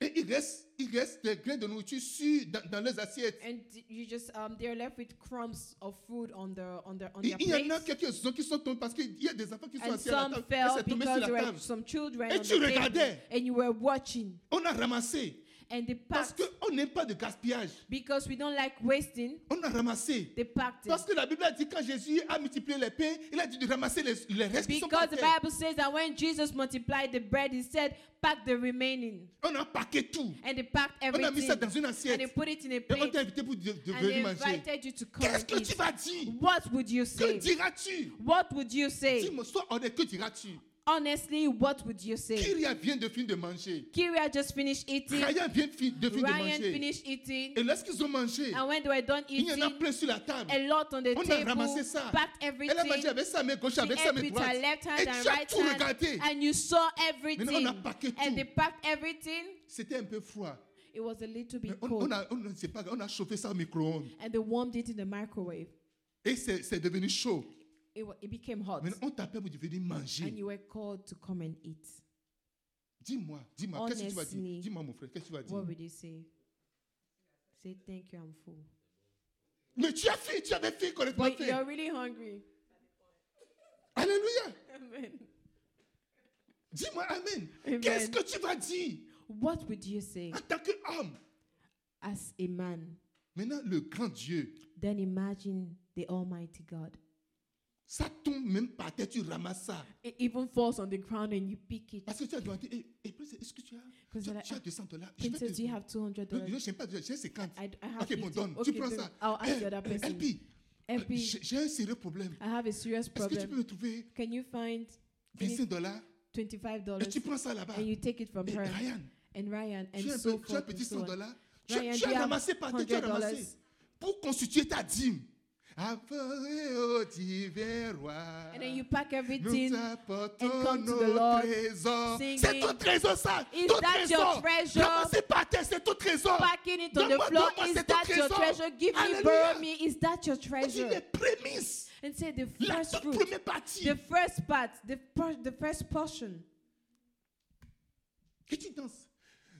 S1: Et il reste, il reste des grains de nourriture sur, dans, dans leurs assiettes.
S2: and you just um, they're left with crumbs of food on the on the on
S1: Et
S2: their
S1: Il y en a
S2: plates.
S1: quelques-uns qui sont tombés parce qu'il y a des enfants qui sont
S2: And
S1: assis à
S2: some
S1: la table. Et
S2: fell
S1: c'est tombé sur
S2: because
S1: la
S2: there were
S1: table.
S2: some children
S1: Et
S2: on
S1: tu
S2: the table,
S1: regardais.
S2: and you were watching,
S1: On a ramassé.
S2: and they
S1: Parce
S2: packed
S1: qu'on n'aime pas de gaspillage.
S2: because we don't like wasting.
S1: On a ramassé.
S2: They packed it
S1: Parce que la Bible a dit quand Jésus a multiplié les pains, il a dit de ramasser les, les restes qui sont par
S2: because the
S1: terre.
S2: Bible says that when Jesus multiplied the bread, he said, "Pack the remaining,"
S1: On a paqué tout.
S2: and they packed
S1: On a mis ça
S2: everything.
S1: dans une
S2: and they
S1: assiette.
S2: put it in a
S1: Et on
S2: plate
S1: t'a invité pour de, de
S2: and they
S1: venir manger.
S2: invited you to come
S1: Qu'est-ce
S2: and
S1: que tu
S2: eat.
S1: vas dire
S2: What would you
S1: Que
S2: say?
S1: diras-tu
S2: What would you say?
S1: Dis-moi, sois honnête, que diras-tu
S2: Honestly, what would you say?
S1: Kyria vient de finir de manger.
S2: Kyria just finished eating.
S1: Ryan vient fi- de finir de
S2: Ryan
S1: manger.
S2: finished eating.
S1: Et lorsqu'ils ont mangé,
S2: And when they were done
S1: il y en a
S2: eating,
S1: plein sur la table.
S2: a lot on the
S1: On a
S2: table,
S1: ramassé ça.
S2: packed
S1: Elle a
S2: everything.
S1: mangé avec sa main gauche,
S2: She
S1: avec sa
S2: ate
S1: main
S2: with
S1: droite.
S2: her left
S1: Et
S2: hand and
S1: tu as
S2: right
S1: tout regardé.
S2: hand. And you saw
S1: Maintenant, on
S2: everything.
S1: a paqué tout.
S2: And they packed everything.
S1: C'était un peu froid.
S2: It was a little
S1: Mais
S2: bit
S1: on, on
S2: cold.
S1: a, on, ne sait pas, on a chauffé ça au micro-ondes.
S2: And they warmed it in the microwave.
S1: Et c'est c'est devenu chaud.
S2: It, wa- it became hot.
S1: Maintenant, on t'appelle pour venir
S2: And
S1: manger.
S2: you were called to come and eat.
S1: Dis-moi, dis-moi, qu'est-ce que tu vas dire
S2: Honestly,
S1: Dis-moi, mon frère, qu'est-ce que tu vas dire
S2: What would you say? Say thank you, I'm full.
S1: Mais tu as fait, tu avais fait correctement.
S2: But
S1: Fait.
S2: you're really hungry.
S1: Alléluia.
S2: Amen.
S1: Dis-moi, Amen.
S2: Amen.
S1: Qu'est-ce que tu vas dire
S2: What would you say
S1: en tant qu'homme
S2: as a man?
S1: Maintenant, le grand Dieu,
S2: Then imagine the Almighty God.
S1: ça tombe même par terre, tu ramasses ça.
S2: It even falls on the ground and you pick it.
S1: Parce que tu as demandé, et, est-ce que tu as,
S2: Because
S1: tu,
S2: you're like,
S1: tu as
S2: ah,
S1: 200 dollars Je vais
S2: Princess,
S1: te-
S2: do you have two hundred
S1: Non, je
S2: dollars?
S1: n'ai pas, de- j'ai 50.
S2: I, I have
S1: Ok, bon,
S2: 50.
S1: donne,
S2: Okay,
S1: tu prends
S2: then
S1: ça.
S2: I'll ask
S1: Eh,
S2: the other
S1: eh,
S2: person.
S1: LP, euh,
S2: LP,
S1: j'ai j'ai un sérieux problème.
S2: I have a serious
S1: Est-ce que tu peux
S2: problem.
S1: me trouver
S2: Can you find
S1: 25 dollars
S2: twenty-five
S1: Et
S2: dollars
S1: tu prends ça là-bas.
S2: and you take it from
S1: Eh,
S2: her
S1: Ryan,
S2: and Ryan and
S1: tu as un
S2: so
S1: peu- tu as un
S2: forth and
S1: petit 100
S2: so on?
S1: dollars. Tu, as-
S2: Ryan,
S1: tu
S2: do you
S1: as
S2: have
S1: ramassé par terre, tu as
S2: $100?
S1: ramassé. Pour constituer ta dîme. oh, Avant, ô divin roi,
S2: And then you pack
S1: nous
S2: everything. and
S1: t'apportons
S2: come to the
S1: nos
S2: Lord
S1: trésors.
S2: singing,
S1: C'est ton trésor, ça.
S2: Is
S1: ton
S2: that your
S1: trésor.
S2: treasure?
S1: Ramassé par terre, c'est ton trésor.
S2: packing it on the
S1: Donne-moi,
S2: floor.
S1: donne-moi,
S2: Is
S1: c'est ton
S2: that your
S1: trésor.
S2: treasure? Give me,
S1: Alléluia.
S2: borrow me. Is that your
S1: Voici les
S2: treasure?
S1: prémices.
S2: And say the
S1: La
S2: first
S1: toute
S2: fruit,
S1: première partie.
S2: the first part, the, por- the first portion.
S1: Que tu danses.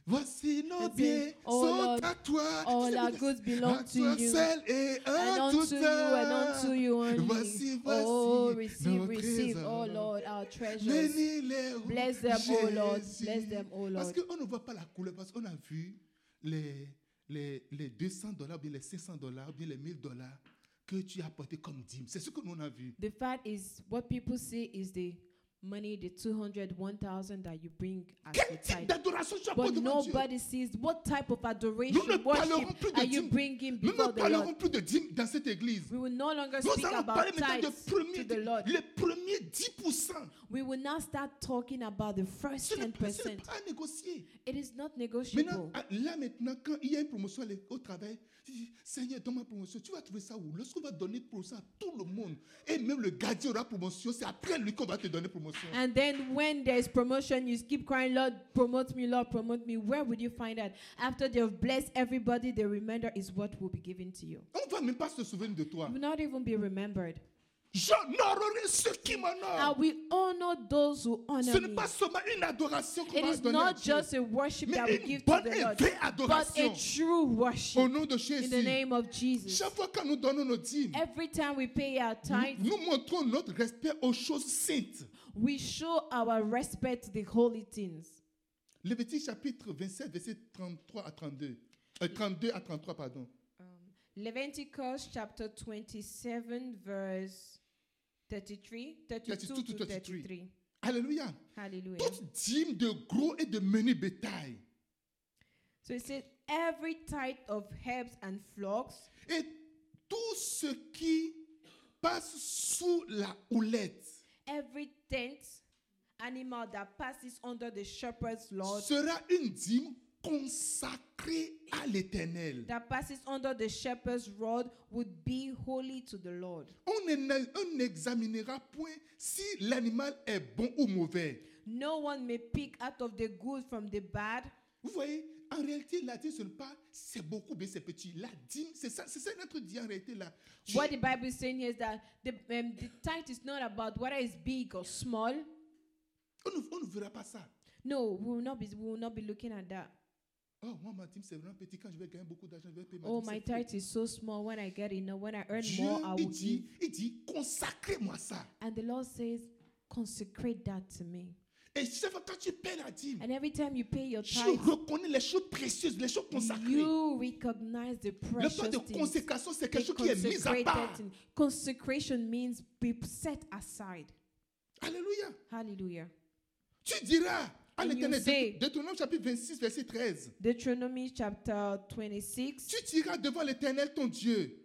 S1: Voici nos
S2: And
S1: biens
S2: sing, Oh
S1: sont
S2: Lord,
S1: à toi.
S2: all
S1: Tu sais
S2: our
S1: bien,
S2: goods belong
S1: à
S2: to
S1: toi
S2: you.
S1: seul et
S2: And
S1: à toute
S2: unto you and unto you only.
S1: Voici, voici
S2: oh,
S1: nos
S2: receive, receive, oh
S1: trésors.
S2: Lord, our treasures.
S1: Bénis-les, oh
S2: Bless them, oh Lord.
S1: Jésus.
S2: Bless them, oh
S1: Parce
S2: Lord.
S1: qu'on ne voit pas la couleur, parce qu'on a vu les, les, les 200 dollars, ou bien les 500 dollars, ou bien les 1000 dollars que tu as apporté comme dîme. C'est ce que nous on a vu.
S2: The fact is, what people see is the money, the 200, 1,000 that you bring as your
S1: Quel type
S2: tithe.
S1: d'adoration tu apportes
S2: But
S1: devant Dieu
S2: nobody sees what type of adoration,
S1: Nous ne parlerons plus
S2: worship
S1: de
S2: are you
S1: dîme.
S2: bringing
S1: Nous
S2: before
S1: ne
S2: the Lord.
S1: parlerons plus de dîme dans cette église.
S2: We will no longer
S1: Nous
S2: speak
S1: allons parler
S2: about
S1: maintenant de
S2: tithes
S1: premier,
S2: to the Lord.
S1: les premiers 10%.
S2: We will now start talking about the first
S1: Ce n'est pas ce n'est
S2: 10%.
S1: pas à négocier.
S2: It is not
S1: Maintenant,
S2: negotiable.
S1: à- là maintenant, quand il y a une promotion à l'é- au travail, tu dis, Seigneur, donne ma promotion. Tu vas trouver ça où Lorsqu'on va donner promotion à tout le monde, et même le gardien aura promotion, c'est après lui qu'on va te donner promotion.
S2: And then when there is promotion, you keep crying, Lord, promote me, Lord, promote me. Where would you find that? After they have blessed everybody, the remainder is what will be given to you.
S1: On ne va même pas se souvenir de toi.
S2: You will not even be remembered.
S1: J'honorerai ceux qui
S2: I
S1: m'honorent.
S2: will honor those who
S1: Ce
S2: honor
S1: n'est
S2: me.
S1: Oh. pas seulement une adoration qu'on
S2: It
S1: va
S2: is
S1: donner à
S2: not
S1: Dieu,
S2: just a worship that
S1: mais
S2: we
S1: une
S2: give to
S1: bonne
S2: the
S1: et
S2: Lord,
S1: vraie
S2: but a
S1: adoration.
S2: true
S1: Au
S2: worship
S1: nom de
S2: in the
S1: Jésus.
S2: name of Jesus.
S1: Chaque fois que nous donnons nos dîmes,
S2: Every time we pay our
S1: Mm,
S2: tithes,
S1: nous montrons notre respect aux choses saintes.
S2: we show our respect to the holy things.
S1: Lévitique chapitre 27, verset 33 à 32. Euh, 32 à 33, pardon.
S2: um, Leviticus chapter 27, verse 33, 32
S1: 32 to
S2: to
S1: 33.
S2: 33.
S1: Alléluia.
S2: Hallelujah.
S1: Toute dîme de gros et de menu bétail
S2: So it says, every tithe of herbs and flocks
S1: et tout ce qui passe sous la houlette
S2: every tent animal that passes under the shepherd's lord
S1: sera une dîme consacrée à l'éternel.
S2: that passes under the shepherd's rod would be holy to the lord
S1: On n'en- on n'examinera point si l'animal est bon ou mauvais.
S2: no one may pick out of the good from the bad
S1: Vous voyez, en réalité, la dîme, ce n'est pas c'est beaucoup, mais c'est petit. La dîme, c'est ça, c'est ça notre dîme en réalité là. Tu-
S2: what the bible is saying here is that the, um, the tithe is not about whether it's big or small
S1: on, ne, on ne verra pas ça.
S2: no we will not be we will not be looking at that
S1: Oh, moi, ma dîme, c'est vraiment petit. Quand je vais gagner beaucoup d'argent, je vais payer ma
S2: oh
S1: dîme,
S2: my
S1: c'est petit.
S2: tithe is so small when i get enough when i earn
S1: Dieu,
S2: more i will
S1: il
S2: give
S1: dit, il dit, consacrez-moi ça.
S2: and the lord says consecrate that to me
S1: Et chaque fois quand tu paies la dîme,
S2: and every time you pay your
S1: tu
S2: tithe
S1: reconnais les choses précieuses, les choses consacrées.
S2: You recognize the
S1: Le
S2: precious
S1: temps de
S2: things.
S1: consécration, c'est
S2: the
S1: quelque chose qui est mis à
S2: consecrated
S1: part.
S2: thing. Consecration means be set aside.
S1: Alléluia.
S2: Hallelujah.
S1: Tu diras à
S2: And you
S1: l'éternel,
S2: say-
S1: Deut- Deutéronome chapitre 26, verset 13.
S2: Deuteronomy chapter 26,
S1: Tu diras devant l'éternel ton Dieu,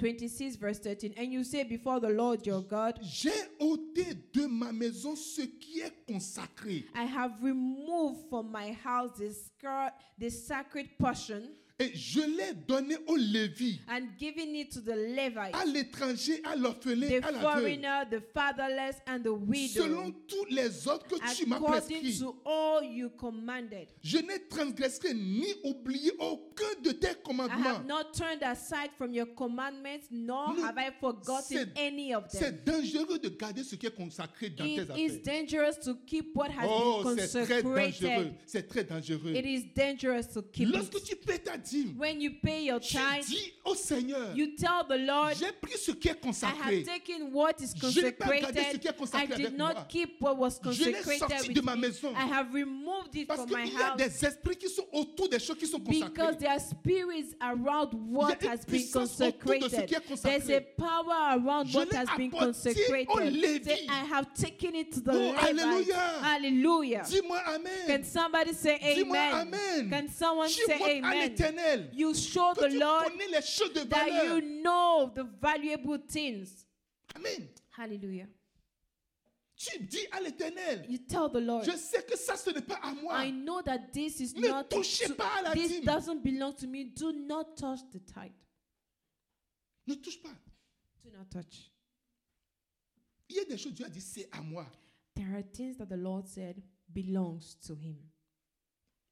S2: 26 verse 13. And you say before the Lord your God,
S1: j'ai ôté de ma maison ce qui est consacré
S2: I have removed from my house the, scar- the sacred portion
S1: et je l'ai donné aux Lévi,
S2: and given it to the Levites,
S1: à l'étranger, à l'orphelin,
S2: the
S1: à la veuve,
S2: foreigner, the fatherless, and the
S1: selon
S2: widow,
S1: tous les ordres que tu m'as
S2: according
S1: prescrits.
S2: to all you commanded.
S1: Je ne transgresserai ni oublié aucun de tes
S2: I have
S1: commandements.
S2: not turned aside from your commandments, nor
S1: Nous-
S2: have I forgotten
S1: c'est-
S2: any of them.
S1: C'est dangereux de garder ce qui est consacré dans tes
S2: It is
S1: affaires.
S2: dangerous to keep what has
S1: Oh,
S2: been
S1: c'est très dangereux.
S2: consecrated.
S1: C'est très dangereux.
S2: It is dangerous to keep
S1: Lorsque
S2: it.
S1: tu paies ta dîme,
S2: When you pay your
S1: tu
S2: tithe,
S1: dis au Seigneur,
S2: you tell the Lord,
S1: j'ai pris ce qui est
S2: I
S1: consacré.
S2: have taken what is
S1: Je n'ai pas gardé ce
S2: consecrated.
S1: qui est consacré
S2: I
S1: avec
S2: did
S1: moi.
S2: not keep what was
S1: Je l'ai
S2: consecrated
S1: sorti de
S2: with
S1: ma
S2: me.
S1: maison.
S2: I have removed it
S1: Parce
S2: from my
S1: qu'il y a
S2: house
S1: des esprits qui sont autour des choses qui sont consacrées.
S2: because there are spirits around what
S1: une
S2: has been
S1: puissance autour de ce
S2: consecrated.
S1: qui est
S2: There's a
S1: consacré.
S2: power around
S1: Je
S2: what
S1: l'ai
S2: has been
S1: apporté au
S2: consecrated. Say,
S1: Lévi.
S2: I have taken it to the
S1: Oh,
S2: Levites.
S1: alléluia.
S2: Hallelujah.
S1: Dis-moi
S2: Can
S1: Amen.
S2: somebody say
S1: Dis-moi
S2: amen?
S1: Amen.
S2: Can someone
S1: Tu montres
S2: say
S1: à
S2: amen?
S1: l'éternel
S2: You show
S1: que
S2: the
S1: tu
S2: Lord
S1: connais les choses de
S2: that
S1: valeur.
S2: you know the valuable things.
S1: Amen.
S2: Hallelujah.
S1: Tu dis à l'éternel,
S2: You tell the Lord,
S1: je sais que ça, ce n'est pas à moi.
S2: I know that this is
S1: Ah. Ne
S2: not
S1: touchez
S2: to-
S1: pas à la
S2: this
S1: dîme.
S2: doesn't belong to me. Do not touch the tithe.
S1: Ne touche pas.
S2: Do not touch.
S1: Il y a des choses, Dieu a dit, c'est à moi.
S2: There are things that the Lord said belongs to him.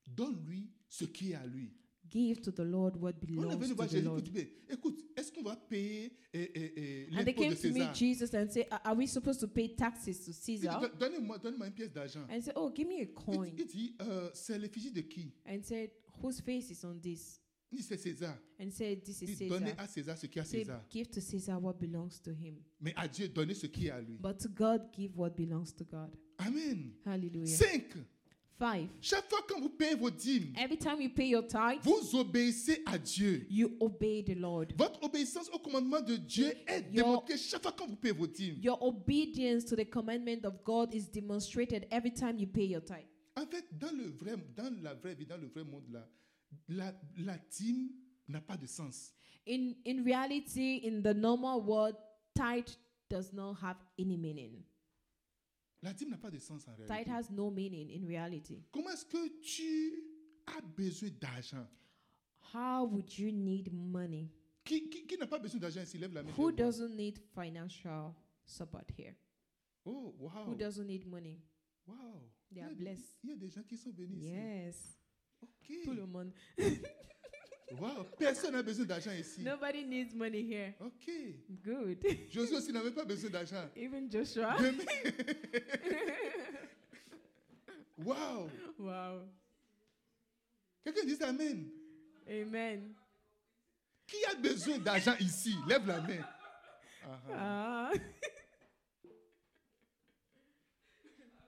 S1: Donne-lui ce qui est à lui.
S2: Give to the Lord what
S1: On est
S2: belongs
S1: venu
S2: to
S1: voir
S2: the
S1: Jésus,
S2: Lord.
S1: écoute, mais, écoute, est-ce qu'on va payer eh, eh, eh,
S2: And they
S1: l'impôt de
S2: came to meet
S1: César
S2: Jesus and said, Are are we supposed to pay taxes to
S1: Il dit,
S2: Caesar?
S1: Don- Donnez-moi donnez-moi une pièce d'argent.
S2: And he said, Oh, give me a
S1: Il
S2: coin.
S1: dit- il dit, euh, c'est l'effigie de qui
S2: And said, Whose face is on this?
S1: Il dit, c'est César.
S2: And said, This
S1: Il
S2: is
S1: dit,
S2: Caesar.
S1: donnez à César ce qui est à
S2: Say,
S1: César.
S2: Give to Caesar what belongs to him.
S1: Mais à Dieu, donnez ce qui est à lui.
S2: But to God, give what belongs to God.
S1: Amen.
S2: Hallelujah.
S1: Cinq.
S2: Five.
S1: Chaque fois que vous payez vos dîmes,
S2: Every time you pay your tithe,
S1: vous obéissez à Dieu.
S2: you obey the Lord.
S1: Votre obéissance au commandement de Dieu est
S2: Your-
S1: démontrée chaque fois que vous payez vos dîmes.
S2: Your obedience to the commandment of God is demonstrated every time you pay your tithe.
S1: En fait, dans, le vrai, dans la vraie vie, dans le vrai monde, là, la, la dîme n'a pas de sens.
S2: In in reality, in the normal world, tithe does not have any meaning.
S1: La dîme n'a pas de sens en réalité.
S2: Tithe has no meaning in reality.
S1: Comment est-ce que tu as besoin d'argent
S2: How would you need money?
S1: qui, qui, qui n'a pas besoin d'argent ici Lève la main. je
S2: Who
S1: vais voir.
S2: doesn't need financial support here?
S1: Oh, wow.
S2: Who doesn't need money?
S1: wow.
S2: They are
S1: il, y a,
S2: blessed.
S1: il y a des gens qui sont venus ici.
S2: Yes.
S1: Ok.
S2: Tout le monde.
S1: Wow, personne n'a besoin d'argent ici.
S2: Nobody needs money here.
S1: Ok.
S2: Good.
S1: Josué aussi n'avait pas besoin d'argent.
S2: Even Joshua.
S1: Wow.
S2: wow.
S1: Quelqu'un dit Amen.
S2: Amen.
S1: Qui a besoin d'argent ici Lève la main. Ah, ah.
S2: Ah.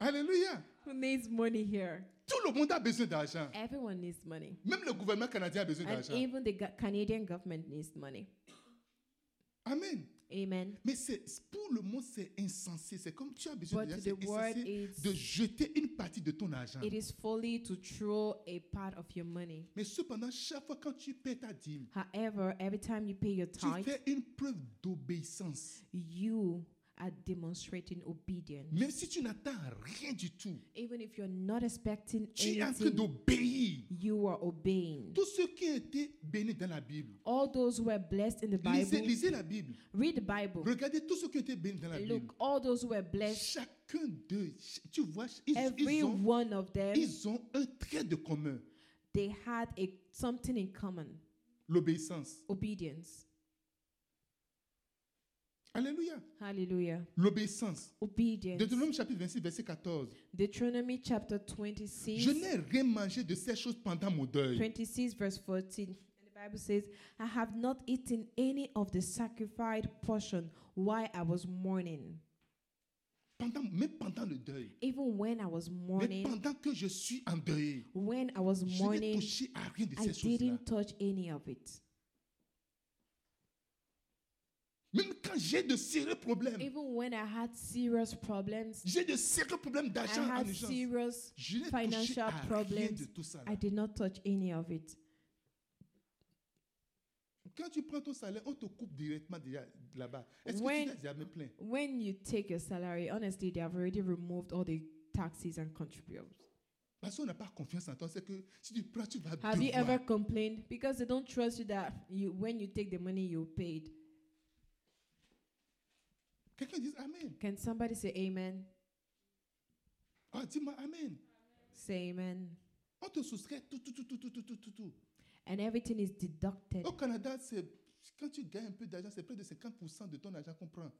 S1: Alléluia.
S2: Who needs money here?
S1: Tout le monde a besoin d'argent.
S2: Everyone needs money.
S1: Même le gouvernement canadien a besoin
S2: And
S1: d'argent.
S2: even the Ga- Canadian government needs money.
S1: Amen.
S2: Amen.
S1: Mais c'est, pour le monde, c'est insensé. C'est comme tu as besoin
S2: But to
S1: d'argent.
S2: the
S1: C'est
S2: word,
S1: insensé
S2: it's,
S1: de jeter une partie de ton argent.
S2: it is folly to throw a part of your money.
S1: Mais cependant, chaque fois quand tu paies ta dîme,
S2: However, every time you pay your
S1: tu
S2: tithe,
S1: fais une preuve d'obéissance.
S2: you are demonstrating obedience.
S1: Même si tu n'attends rien du tout,
S2: Even if you're not expecting
S1: tu es en train
S2: anything,
S1: d'obéir.
S2: you are obeying.
S1: Tous ceux qui ont été bénis dans la Bible,
S2: All those who are blessed in the
S1: lisez,
S2: Bible,
S1: lisez la Bible.
S2: read the Bible.
S1: Regardez tous ceux qui ont été bénis dans la Bible.
S2: Look, all those who are blessed,
S1: Chacun d'eux, ch- tu vois, ils, ils
S2: every
S1: ont,
S2: one of them,
S1: ils ont un trait de commun,
S2: they had a something in common:
S1: l'obéissance.
S2: obedience.
S1: Alléluia.
S2: Hallelujah.
S1: L'obéissance.
S2: Obedience.
S1: Deutéronome chapitre 26, verset 14.
S2: Deuteronomy chapter
S1: Je
S2: 26,
S1: n'ai rien mangé de ces choses pendant mon deuil.
S2: 26 verse 14. And the Bible says, I have not eaten any of the sacrificed portion while I was mourning.
S1: Pendant, même pendant le deuil.
S2: Even when I was
S1: Mais
S2: mourning,
S1: pendant que je suis endeuillé,
S2: when I was
S1: je n'ai
S2: mourning,
S1: touché à rien de
S2: I
S1: ces choses-là.
S2: didn't touch any of it.
S1: Même quand j'ai de sérieux problèmes,
S2: Even when I had serious problems,
S1: j'ai de sérieux problèmes
S2: I
S1: d'argent en
S2: had
S1: urgence.
S2: serious,
S1: Je n'ai touché
S2: financial
S1: à rien
S2: problems.
S1: de tout ça. là.
S2: I did not touch any of it.
S1: Quand tu prends ton salaire, on te coupe directement déjà là-bas. Est-ce
S2: When-
S1: que tu t'es jamais plaint?
S2: When you take your salary, honestly, they have already removed all the taxes and contributions.
S1: Parce qu'on n'a pas confiance en toi. C'est que si tu prends, tu vas
S2: Have you
S1: devoir.
S2: ever complained because they don't trust you that you when you take the money you paid?
S1: Quelqu'un dit Amen.
S2: Can somebody say amen?
S1: Ah, dis-moi Amen.
S2: Say amen.
S1: On te soustrait tout, tout, tout, tout, tout, tout, tout, tout, tout.
S2: And everything is deducted.
S1: Au Canada, c'est quand tu gagnes un peu d'argent, c'est près de 50% de ton argent qu'on prend.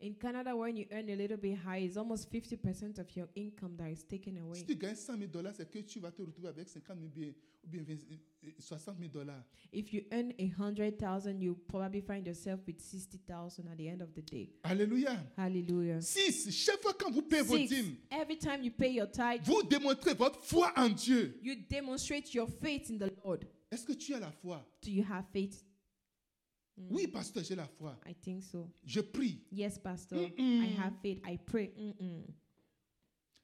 S2: In Canada, when you earn a little bit high, it's almost 50% of your income that is taken
S1: Si
S2: away.
S1: tu gagnes 100 000 dollars, c'est que tu vas te retrouver avec 50 000 bien- ou bien 20 euh, 60 000 dollars.
S2: If you earn a hundred thousand, you probably find yourself with sixty thousand at the end of the day.
S1: Alléluia.
S2: Hallelujah.
S1: 6. Chaque fois quand vous payez vos
S2: Six,
S1: dîmes,
S2: every time you pay your tithe,
S1: vous démontrez votre foi en Dieu.
S2: you demonstrate your faith in the Lord.
S1: Est-ce que tu as la foi?
S2: Do you have faith? Mm,
S1: Oui, pasteur, j'ai la foi.
S2: I think so.
S1: Je prie.
S2: Yes, Pastor. I
S1: Mm-mm.
S2: have faith. I pray. Mm-mm.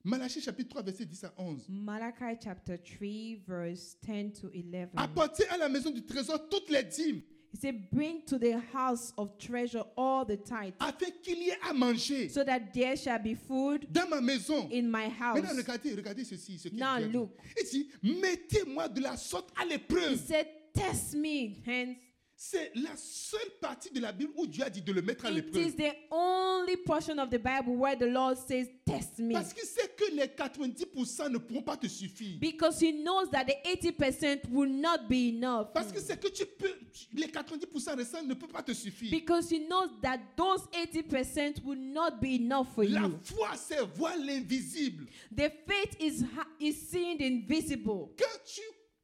S1: Malachie chapitre 3, verset 10 à 11.
S2: Malachi chapter 3, verse 10 to 11.
S1: Apportez à la maison du trésor toutes les dîmes,
S2: He said, Bring to the house of treasure all the tithe,
S1: afin qu'il y ait à manger
S2: so that there shall be food
S1: dans ma maison.
S2: in my house.
S1: Maintenant, regardez, regardez ceci. Ce qu'il
S2: Now
S1: dit.
S2: look.
S1: Il dit, mettez-moi de la sorte à
S2: He
S1: l'épreuve.
S2: said, Test me, hence.
S1: C'est la seule partie de la Bible où Dieu a dit de le mettre à
S2: It is
S1: l'épreuve.
S2: the only portion of the Bible where the Lord says, Test me.
S1: Parce qu'il sait que les 90% ne pourront pas te suffire.
S2: Because he knows that the 80% will not be enough.
S1: Parce que c'est que tu peux, tu- les 90% restants ne peuvent pas te suffire.
S2: Because he knows that those 80% will not be enough for
S1: La
S2: you.
S1: foi, c'est voir l'invisible.
S2: The faith is ha- is seen invisible.
S1: Quand tu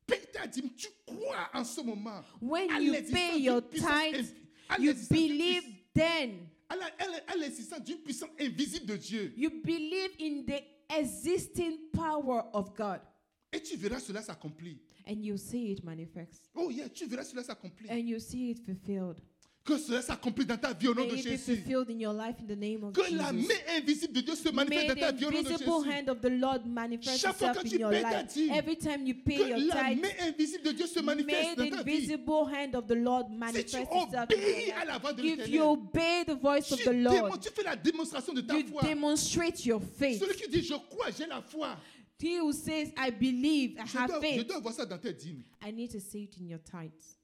S1: payes ta dîme, tu crois en ce moment.
S2: When
S1: à
S2: you
S1: l'existence
S2: pay
S1: d'une
S2: your
S1: puissance
S2: tithe,
S1: invi- à
S2: you
S1: l'existence d'une
S2: believe
S1: puissance-
S2: then.
S1: à la- à la- à l'existence d'une puissance invisible de Dieu.
S2: You believe in the existing power of God.
S1: Et tu verras cela s'accomplir.
S2: And you see it manifest.
S1: Oh yeah, tu verras cela s'accomplir.
S2: And you see it fulfilled.
S1: Que cela s'accomplit dans ta vie au nom
S2: May
S1: de
S2: it be
S1: Jésus.
S2: fulfilled in your life in the name of
S1: Que la
S2: Jesus.
S1: main invisible de Dieu se manifeste
S2: May
S1: dans ta
S2: the
S1: vie au nom de
S2: invisible
S1: Jésus.
S2: hand of the Lord manifest
S1: Chaque fois
S2: itself
S1: que
S2: in
S1: tu
S2: your
S1: paies ta
S2: life.
S1: dîme,
S2: Every time you pay
S1: Que
S2: your
S1: la
S2: tithe,
S1: main invisible de Dieu se
S2: may
S1: manifeste
S2: the
S1: dans ta vie.
S2: invisible hand of the Lord
S1: Si tu
S2: manifest itself in
S1: obéis
S2: your
S1: à
S2: life.
S1: la voix de
S2: If you
S1: l'éternel,
S2: obey the voice
S1: tu,
S2: of the
S1: démon-
S2: Lord,
S1: tu fais la démonstration de ta
S2: you
S1: foi.
S2: demonstrate your faith.
S1: Celui qui dit je crois, j'ai la foi.
S2: He who says, I believe, I
S1: Je
S2: have
S1: dois, je
S2: faith,
S1: dois avoir ça dans tes dîmes.
S2: I need to see it in your tithes.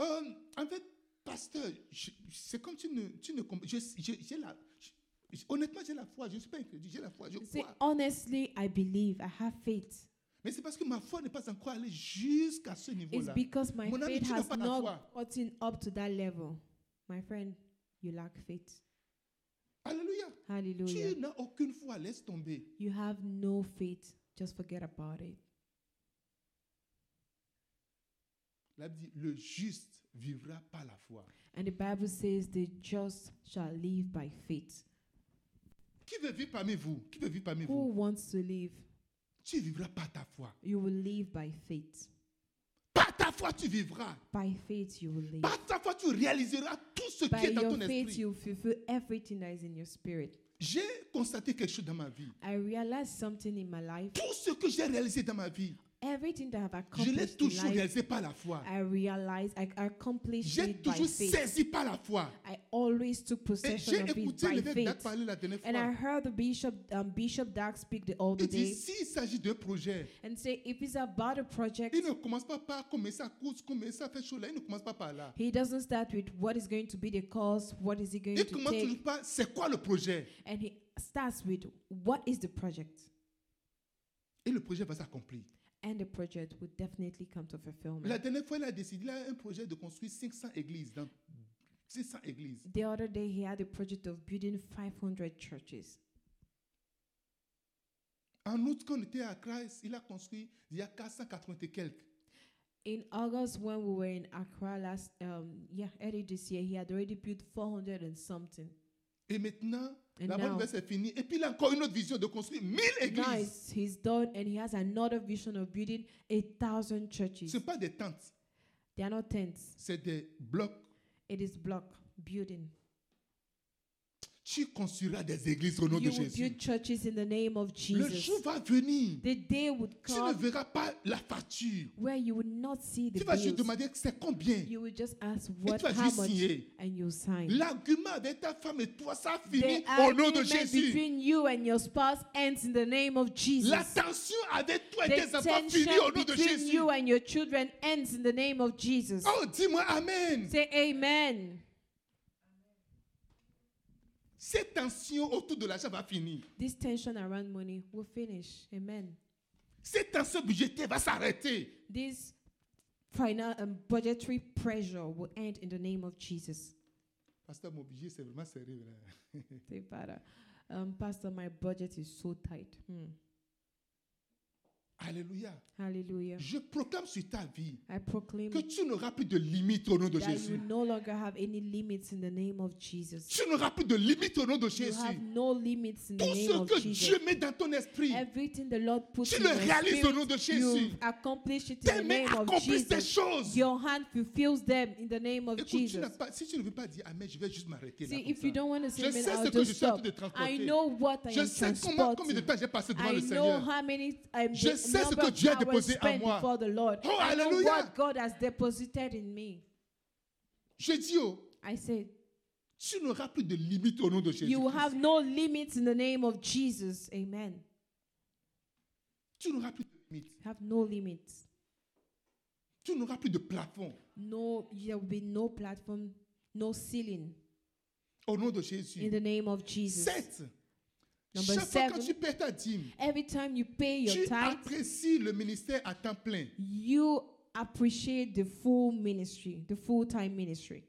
S1: Euh, en fait, pasteur, je- c'est comme tu ne, tu ne comprends. Je, je- j'ai la, je- honnêtement, j'ai la foi. Je ne suis pas incrédule. J'ai la foi. Je
S2: Say,
S1: crois.
S2: honestly, I believe, I have faith.
S1: Mais c'est parce que ma foi n'est pas encore allée jusqu'à ce
S2: It's
S1: niveau-là.
S2: because my
S1: Mon ami,
S2: faith
S1: tu n'as
S2: has
S1: pas la
S2: not
S1: foi.
S2: gotten up to that level. My friend, you lack faith.
S1: Alléluia.
S2: Hallelujah.
S1: Tu n'as aucune foi, laisse tomber.
S2: You have no faith. Just forget about it.
S1: La Bible dit, le juste vivra par la foi.
S2: And the Bible says the just shall live by faith.
S1: Qui veut vivre parmi vous Qui veut vivre parmi
S2: Who
S1: vous
S2: wants to live?
S1: Tu vivras par ta foi.
S2: You will live by faith.
S1: Par ta foi, tu vivras.
S2: By faith, you will live.
S1: Par ta foi, tu réaliseras tout ce
S2: By
S1: qui est dans
S2: your
S1: ton
S2: faith,
S1: esprit.
S2: you fulfill everything that is in your spirit.
S1: J'ai constaté quelque chose dans ma vie.
S2: I realized something in my life.
S1: Tout ce que j'ai réalisé dans ma vie,
S2: Everything that I've
S1: je l'ai
S2: accomplished in
S1: toujours
S2: life,
S1: réalisé par la foi.
S2: I realized I accomplished
S1: J'ai
S2: it by
S1: toujours
S2: faith.
S1: saisi par la foi.
S2: I always took
S1: Et
S2: possession
S1: j'ai
S2: of it
S1: écouté
S2: by
S1: l'évêque Dag
S2: faith.
S1: parler la dernière
S2: And I
S1: fois.
S2: heard the bishop, um, Bishop Dag speak the all the
S1: Il dit,
S2: day
S1: s'il s'agit d'un projet,
S2: and say, if it's about a project,
S1: il ne commence pas par commencer à course, commencer à faire chose là. Il ne commence pas par là.
S2: he doesn't start with what is going to be the cost, what is he going
S1: Il
S2: to
S1: commence
S2: take,
S1: toujours par, c'est quoi le projet
S2: and he starts with what is the project,
S1: Et le projet va s'accomplir.
S2: and the project will definitely come to
S1: La
S2: fulfillment.
S1: dernière fois, il a décidé, il a un projet de construire 500 églises. Dans 500 églises.
S2: The other day, he had a project of building 500 churches.
S1: En août, quand on était à Christ, il a construit, il y a 480 et quelques.
S2: In August, when we were in Accra last, um, yeah, early this year, he had already built 400 and something.
S1: Et maintenant,
S2: And
S1: la
S2: now-
S1: bonne veste est finie. Et puis, il a encore une autre vision de construire 1000 églises.
S2: Now it's- he's done, and he has another vision of building a thousand churches.
S1: Ce n'est pas des tentes,
S2: They are not tents.
S1: c'est des blocs.
S2: It is block building.
S1: Tu construiras des églises au nom
S2: You
S1: de
S2: will
S1: Jésus.
S2: build churches in the name of
S1: Le
S2: Jesus.
S1: jour va venir.
S2: The day would
S1: Tu ne
S2: come
S1: verras pas la facture.
S2: where you would not see the
S1: Tu vas juste
S2: bills.
S1: demander c'est combien.
S2: You will just ask
S1: Et
S2: what,
S1: tu vas
S2: how
S1: juste
S2: much,
S1: signer.
S2: and you'll sign.
S1: L'argument avec ta femme et toi, ça
S2: The
S1: finit au nom de
S2: agreement
S1: Jésus.
S2: between you and your spouse ends in the name of
S1: La
S2: Jesus.
S1: tension avec toi et
S2: The
S1: tes enfants finit
S2: tension
S1: au nom de
S2: between
S1: Jésus.
S2: you and your children ends in the name of Jesus.
S1: Oh, dis-moi Amen.
S2: Say amen.
S1: Cette tension autour de l'argent va finir.
S2: This tension around money will finish. Amen.
S1: Cette tension budgétaire va s'arrêter.
S2: This final um, budgetary pressure will end in the name of Jesus.
S1: Pasteur Mobilier, c'est vraiment sérieux. là.
S2: Say, Father, um, Pastor, my budget is so tight. Hmm.
S1: Alléluia.
S2: Hallelujah.
S1: Je proclame sur ta vie
S2: I proclaim
S1: que tu n'auras plus de limite au nom de
S2: that you
S1: Jésus.
S2: no longer have any limits in the name of Jesus.
S1: Tu n'auras plus de limite au nom de
S2: You have
S1: Jésus.
S2: no limits in the
S1: Tout
S2: name
S1: ce
S2: of
S1: que
S2: Jesus.
S1: Dieu met dans ton esprit,
S2: Everything the Lord puts
S1: tu
S2: in
S1: le
S2: your
S1: réalises au nom de
S2: spirit, you
S1: Jésus.
S2: accomplish it
S1: Tes
S2: in the
S1: mains
S2: name of
S1: accomplissent des
S2: Jesus.
S1: choses.
S2: Your hand fulfills them in the name of
S1: Écoute, tu n'as
S2: Jesus.
S1: pas- si tu ne veux pas dire Amen, je vais juste m'arrêter là.
S2: See,
S1: comme
S2: if you
S1: ça.
S2: don't want to say
S1: Je
S2: amen,
S1: sais
S2: I'll
S1: ce que je
S2: just
S1: suis en
S2: stop.
S1: train de
S2: I
S1: transporter.
S2: know what I
S1: Je
S2: am
S1: sais comment, combien de
S2: transporting.
S1: temps j'ai passé devant
S2: I
S1: le
S2: know
S1: Seigneur.
S2: how many um,
S1: Je
S2: the
S1: sais ce
S2: number
S1: que
S2: of
S1: Dieu a
S2: hours
S1: déposé en
S2: spent
S1: moi.
S2: before the Lord.
S1: Oh,
S2: I know
S1: hallelujah.
S2: what God has deposited in me.
S1: Je dis, oh,
S2: I say,
S1: tu n'auras plus de limite au nom de Jésus.
S2: you will have no limits in the name of Jesus. Amen.
S1: Tu n'auras plus de limite.
S2: Have no limits.
S1: Tu n'auras plus de plafond
S2: No, there will be no platform, no ceiling
S1: au nom de
S2: in
S1: Jésus.
S2: the name of Jesus.
S1: Sept.
S2: Number
S1: Chaque fois
S2: seven.
S1: que tu perds ta dîme,
S2: Every time you pay your
S1: tu
S2: tithe,
S1: apprécies le ministère à temps plein.
S2: you appreciate the full ministry, the full time ministry.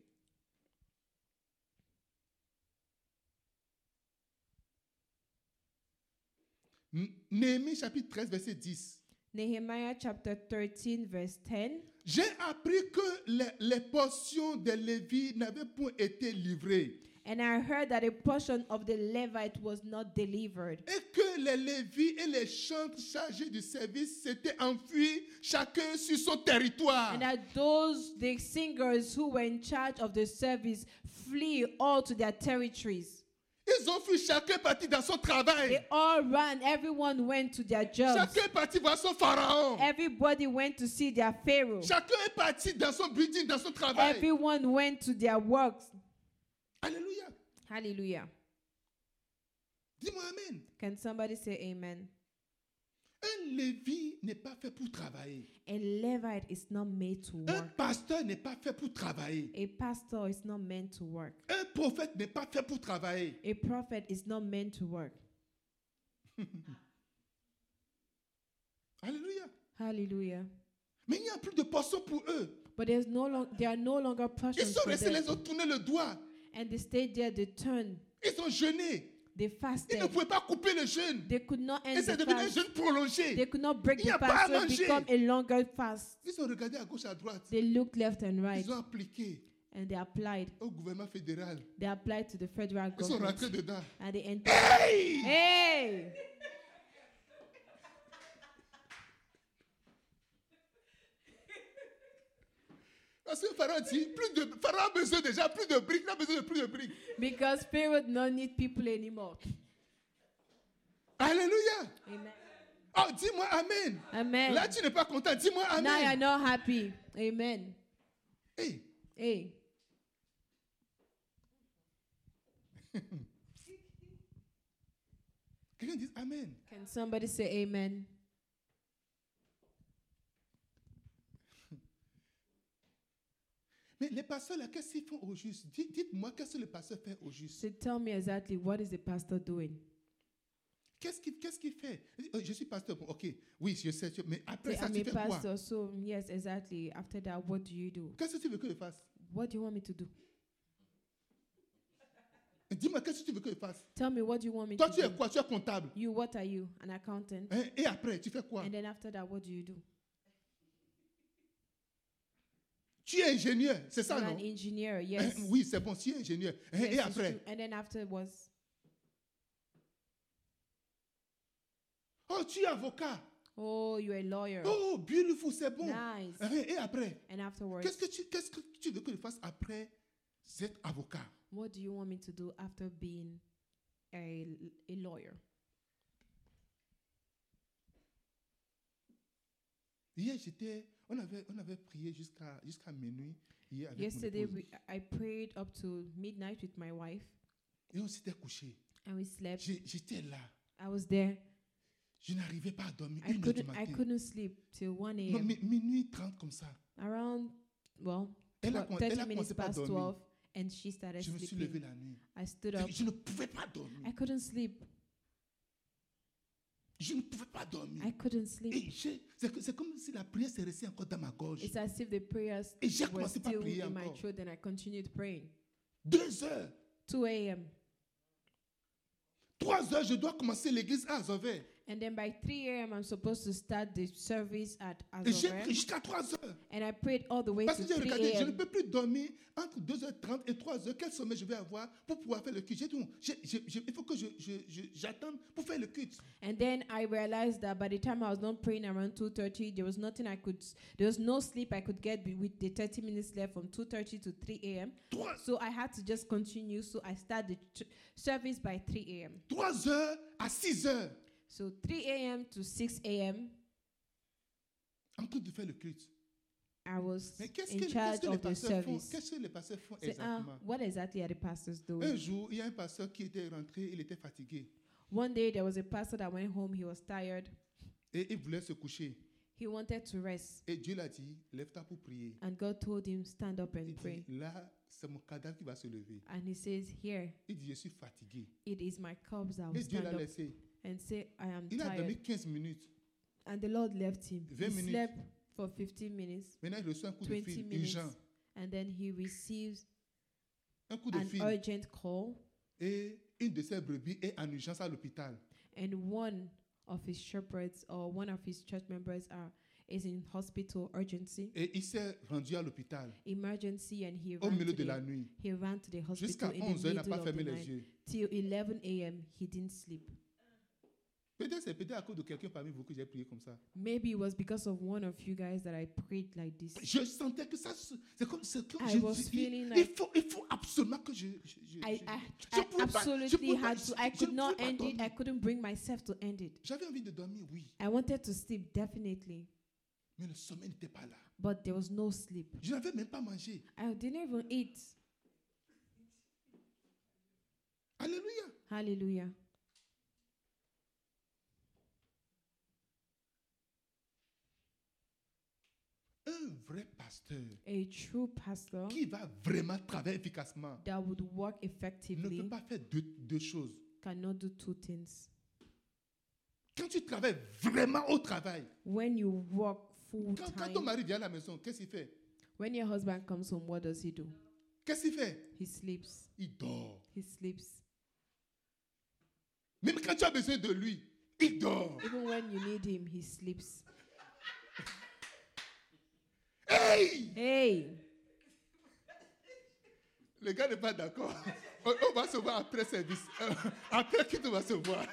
S1: N- Néhémie chapitre 13, verset 10.
S2: Nehemiah chapter 13, verse 10.
S1: J'ai appris que les, les portions des Lévis n'avaient point été livrées
S2: And I heard that a portion of the Levite was not delivered,
S1: et que les Lévis et les chantres chargés du service s'étaient enfuis chacun sur son territoire.
S2: and that those the singers who were in charge of the service flee all to their territories.
S1: Ils ont fui chacun parti dans son travail.
S2: They all ran, everyone went to their jobs,
S1: Chacun est parti voir son pharaon.
S2: everybody went to see their Pharaoh,
S1: Chacun est parti dans son building, dans son travail.
S2: everyone went to their works.
S1: Alléluia.
S2: Hallelujah.
S1: Dis-moi Amen.
S2: Can somebody say amen?
S1: Un Lévi n'est pas fait pour travailler.
S2: A Levite is not made to
S1: Un
S2: work.
S1: pasteur n'est pas fait pour travailler.
S2: A pastor is not meant to work.
S1: Un prophète n'est pas fait pour travailler.
S2: A prophet is not meant to work.
S1: Alléluia.
S2: Hallelujah.
S1: Mais il n'y a plus de portion pour eux.
S2: But there's no long, there are no longer
S1: Ils
S2: portions
S1: sont
S2: for
S1: restés,
S2: them.
S1: les ont tourné le doigt.
S2: And they stayed there, they turned,
S1: Ils ont jeûné.
S2: they
S1: Ils
S2: fasted.
S1: ne pouvaient pas couper le jeûne.
S2: They could not
S1: Et
S2: end
S1: c'est
S2: the
S1: devenu un
S2: fast.
S1: jeûne prolongé.
S2: They could not break
S1: Il n'y
S2: the
S1: a pas à
S2: fast, so it
S1: manger.
S2: become a longer fast.
S1: Ils ont regardé à gauche, à droite.
S2: They looked left and right
S1: Ils ont appliqué
S2: and they applied.
S1: au gouvernement fédéral.
S2: They applied to the federal
S1: Ils sont
S2: government
S1: rentrés dedans.
S2: and they entered.
S1: Hey!
S2: Hey!
S1: Parce que Pharaon dit, plus de, Pharaon a besoin déjà plus de briques, il a besoin de plus de briques.
S2: Because Pharaoh do not need people anymore.
S1: Alléluia.
S2: Amen.
S1: Oh, dis-moi Amen.
S2: Amen.
S1: Là, tu n'es pas content. Dis-moi
S2: Now you're
S1: Amen.
S2: not happy. Amen.
S1: Hey,
S2: Hey.
S1: quelqu'un dit Amen.
S2: Can somebody say amen?
S1: Mais les pasteurs, là, qu'est-ce qu'ils font au juste Dites- Dites-moi, qu'est-ce que le pasteur fait au juste
S2: So tell me exactly what is the pastor doing?
S1: Qu'est-ce qu'il qu'est-ce qu'il fait Il dit, Oh, Je suis pasteur. Bon, ok, oui, je sais, tu- mais après
S2: Say,
S1: ça,
S2: I'm
S1: tu
S2: a
S1: fais quoi
S2: pastor, so mm, yes, exactly. After that, what do you do?
S1: Qu'est-ce que tu veux que je fasse
S2: What do you want me to do?
S1: Dis-moi, qu'est-ce que tu veux que je fasse
S2: Tell me what do you want me
S1: Toi,
S2: to
S1: tu
S2: do?
S1: es quoi Tu es comptable.
S2: You, what are you? An accountant?
S1: Hein, Et après, tu fais quoi
S2: And then after that, what do you do?
S1: Tu es ingénieur, c'est ça,
S2: You're
S1: non
S2: an engineer,
S1: Hein,
S2: yes.
S1: Oui, c'est bon, tu es ingénieur. Hein,
S2: Yes,
S1: Et
S2: it's
S1: après
S2: true. And then afterwards,
S1: Oh, tu es avocat.
S2: oh, you're a lawyer.
S1: Oh, Uh-huh. beautiful, c'est bon.
S2: Nice.
S1: Hein, Et après
S2: And afterwards,
S1: Qu'est-ce que tu qu'est-ce que tu veux que je fasse après cet avocat
S2: what do you want me to do after being a, a lawyer?
S1: Hier, j'étais, on avait, on avait prié jusqu'à jusqu'à minuit hier avec mon
S2: Yesterday,
S1: épouse.
S2: we, I prayed up to midnight with my wife
S1: et on s'était couché.
S2: and we slept.
S1: J'ai- J'étais là,
S2: I was there.
S1: je n'arrivais pas à dormir
S2: I
S1: une heure du
S2: couldn't, I
S1: matin.
S2: couldn't sleep till 1
S1: Non,
S2: a.m.
S1: mais minuit 30 comme ça.
S2: Around, well,
S1: Elle a,
S2: twe-
S1: con- elle
S2: 30
S1: a
S2: minutes
S1: commencé pas à
S2: past
S1: dormir.
S2: 12, and she started
S1: Je me suis levé
S2: sleeping.
S1: la nuit.
S2: I stood up.
S1: Je, je ne pouvais pas dormir.
S2: I couldn't sleep.
S1: Je ne pouvais pas dormir.
S2: I couldn't sleep.
S1: Et j'ai- c'est que- c'est comme si la prière s'est restée encore dans ma gorge.
S2: It's as if the prayers
S1: Et j'ai
S2: were
S1: commencé par
S2: still
S1: prier
S2: in my
S1: encore.
S2: throat, and I continued praying.
S1: Deux heures,
S2: 2 a.m.
S1: trois heures, je dois commencer l'église à Azovert.
S2: And then by 3 a.m., I'm supposed to start the service at
S1: Et j'ai prié
S2: Azover.
S1: jusqu'à trois heures.
S2: And I prayed all the way
S1: Parce
S2: to
S1: que j'ai
S2: 3
S1: regardé, je ne
S2: a.m.
S1: peux plus dormir entre 2h30 et 3h. Quel sommeil je vais avoir pour pouvoir faire le culte J'ai dit, non, j'ai- j'ai- j'ai- il faut que j'attende je, je- j'attende pour faire le culte.
S2: And then I realized that by the time I was not praying around 2:30, there was nothing I could, there was no sleep I could get be- with the 30 minutes left from 2:30 to 3 a.m.
S1: Trois-
S2: So I had to just continue. So I started the ch- service by 3 a.m.
S1: 3 heures à 6 heures
S2: So 3 a.m. to 6 a.m.
S1: en train de faire le culte.
S2: I was
S1: Mais qu'est-ce que,
S2: in
S1: qu'est-ce
S2: charge
S1: que les
S2: of the
S1: pasteurs font
S2: service.
S1: Qu'est-ce que les pasteurs font
S2: Say, ah,
S1: exactement
S2: what exactly are the pastors
S1: Un
S2: doing?
S1: jour, il y a un pasteur qui était rentré, il était fatigué
S2: One day there was a pastor that went home. He was tired.
S1: et il voulait se coucher.
S2: He wanted to rest,
S1: Et Dieu l'a dit, lève-toi pour prier.
S2: and God told him, "Stand up
S1: Il
S2: and pray."
S1: dit, là, c'est mon cadavre qui va se lever.
S2: And he says, "Here,
S1: Il dit, je suis fatigué.
S2: it is my cubs that will
S1: Mais Dieu
S2: stand
S1: l'a
S2: up
S1: laissé.
S2: and say, I am
S1: Il a
S2: tired.
S1: dormi 15 minutes.
S2: And the Lord left him. He
S1: 20 minutes.
S2: slept for 15 minutes,
S1: Maintenant, il reçoit un coup de
S2: 20
S1: fil
S2: minutes.
S1: urgent.
S2: And then he receives
S1: Un coup de
S2: an
S1: fil.
S2: urgent call,
S1: Et une de ses brebis est en urgence à l'hôpital.
S2: and one of his shepherds or one of his church members are is in hospital urgency,
S1: Et il s'est rendu à l'hôpital
S2: emergency, and he
S1: au
S2: ran, to
S1: milieu de la
S2: the,
S1: nuit.
S2: he ran to the hospital
S1: Jusqu'à
S2: in the
S1: 11h, il n'a
S2: middle
S1: pas
S2: of the
S1: fermé les
S2: night.
S1: yeux.
S2: Till 11 a.m., he didn't sleep.
S1: Peut-être c'est peut-être à cause de quelqu'un parmi vous que j'ai prié comme ça.
S2: Maybe it was because of one of you guys that I prayed like this.
S1: Je sentais que ça, se- c'est comme c'est comme
S2: I
S1: je-
S2: was
S1: je-
S2: feeling
S1: il,
S2: like-
S1: il faut, il faut absolument que je. je, je-
S2: I,
S1: je-
S2: I,
S1: je
S2: I
S1: pouvais pas- je
S2: absolutely
S1: pouvais pas-
S2: had to. I
S1: je- je
S2: could
S1: ne
S2: not
S1: pouvais pas
S2: end it. I
S1: dormir.
S2: couldn't bring myself to end it.
S1: J'avais envie de dormir, oui,
S2: I wanted to sleep, definitely,
S1: mais le sommeil n'était pas là.
S2: but there was no sleep.
S1: Je n'avais même pas mangé.
S2: I didn't even eat.
S1: Alléluia.
S2: Hallelujah.
S1: Un vrai pasteur
S2: A true pastor
S1: qui va vraiment travailler efficacement
S2: that would work
S1: ne peut
S2: effectively
S1: pas faire deux, deux choses.
S2: cannot do two things
S1: Quand tu travailles vraiment au travail,
S2: When you work full
S1: quand, quand ton
S2: time,
S1: mari vient à la maison, qu'est-ce qu'il fait
S2: when your husband comes home, what does he do?
S1: Qu'est-ce qu'il fait
S2: He sleeps.
S1: Il dort.
S2: He sleeps.
S1: Même quand tu as besoin de lui, il dort.
S2: Even when you need him, he sleeps.
S1: Hey
S2: Hey,
S1: Le gars n'est pas d'accord. On, on va se voir après service. Euh, Après qui tu vas se voir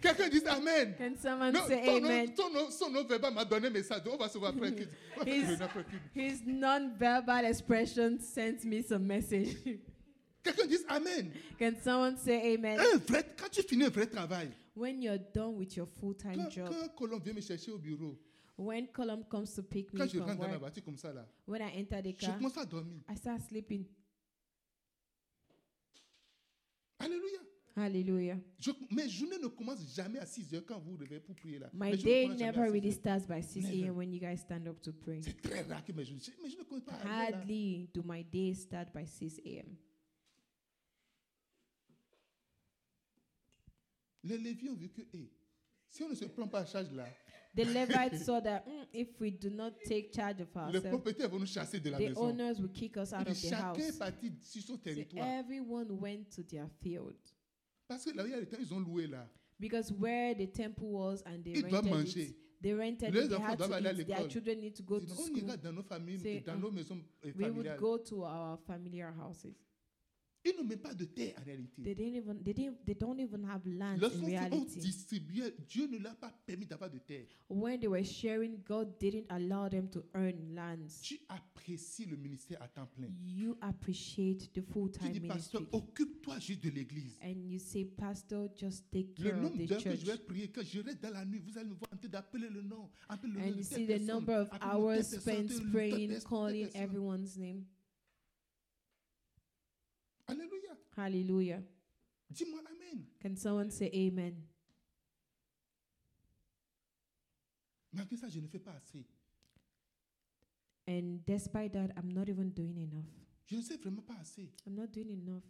S1: Quelqu'un dit Amen.
S2: can someone
S1: Non,
S2: say
S1: ton nom-
S2: amen?
S1: ton nom- son nom verbal m'a donné un message. On va se voir après culte. On va se
S2: He's-
S1: voir après culte.
S2: His non-verbal expression sends me some message.
S1: Quelqu'un dit Amen.
S2: can someone say amen?
S1: Un vrai, quand tu finis un vrai travail,
S2: When you're done with your full-time
S1: quand,
S2: job,
S1: quand Colombe vient me chercher au bureau,
S2: when Column comes to pick
S1: quand
S2: me
S1: je
S2: from
S1: rentre dans ma
S2: work,
S1: voiture comme ça là,
S2: when I enter the
S1: je
S2: car,
S1: commence à dormir.
S2: I start sleeping.
S1: Alléluia.
S2: Hallelujah.
S1: Je- mes journées ne commencent jamais à 6 heures quand vous vous réveillez pour prier là.
S2: My
S1: Mes journées
S2: day
S1: commencent jamais à
S2: never
S1: 6
S2: really
S1: heures.
S2: starts by 6
S1: Never.
S2: a.m. when you guys stand up to pray.
S1: C'est très rare que mes journées. je- Mais je ne connais pas. à l'heure, là.
S2: Hardly do my days start by 6 a.m.
S1: Les Lévites ont vu que, hé, si on ne se prend pas en charge là,
S2: The Levites saw that mm, if we do not take charge of
S1: les
S2: ourselves,
S1: propriétaires vont nous chasser de la
S2: the
S1: maison.
S2: owners will kick us
S1: Il
S2: out
S1: dit,
S2: of the
S1: chacun
S2: house.
S1: est parti sur son
S2: So
S1: territoire.
S2: everyone went to their field
S1: Parce que là, il y a des temps, ils ont loué là.
S2: because where the temple was and they
S1: Ils doivent
S2: rented
S1: manger.
S2: it, they rented
S1: Les
S2: it, they
S1: enfants
S2: had
S1: doivent aller à
S2: to eat, their
S1: l'école.
S2: children need to go to
S1: Sinon, on
S2: school.
S1: ira dans nos familles,
S2: C'est-
S1: dans
S2: ah.
S1: nos maisons euh,
S2: We would
S1: familiales.
S2: go to our familiar houses.
S1: Ils n'ont même pas de terre en réalité.
S2: They didn't even they didn't they don't even have land
S1: Lorsqu'on
S2: in
S1: on
S2: reality.
S1: distribuait, Dieu ne l'a pas permis d'avoir de terre.
S2: When they were sharing, God didn't allow them to earn lands.
S1: Tu apprécies le ministère à temps plein.
S2: You appreciate the
S1: Tu
S2: full-time
S1: dis, pasteur,
S2: ministry.
S1: occupe-toi juste de l'église.
S2: And you say, Pastor, just take
S1: Le
S2: care of
S1: nombre
S2: the
S1: d'heures que
S2: church.
S1: je vais prier, que je reste dans la nuit, vous allez me voir en train d'appeler le nom. Appeler le nom
S2: And
S1: de telle
S2: you see the
S1: personne,
S2: number of
S1: appeler le nom de
S2: hours
S1: telle personne,
S2: spent
S1: telle personne,
S2: praying,
S1: telle
S2: calling
S1: personne.
S2: everyone's name.
S1: Alléluia.
S2: Hallelujah.
S1: Dis-moi Amen.
S2: Can someone say amen?
S1: Malgré ça, je ne fais pas assez.
S2: And despite that, I'm not even doing enough.
S1: Je ne sais vraiment pas assez.
S2: I'm not doing enough.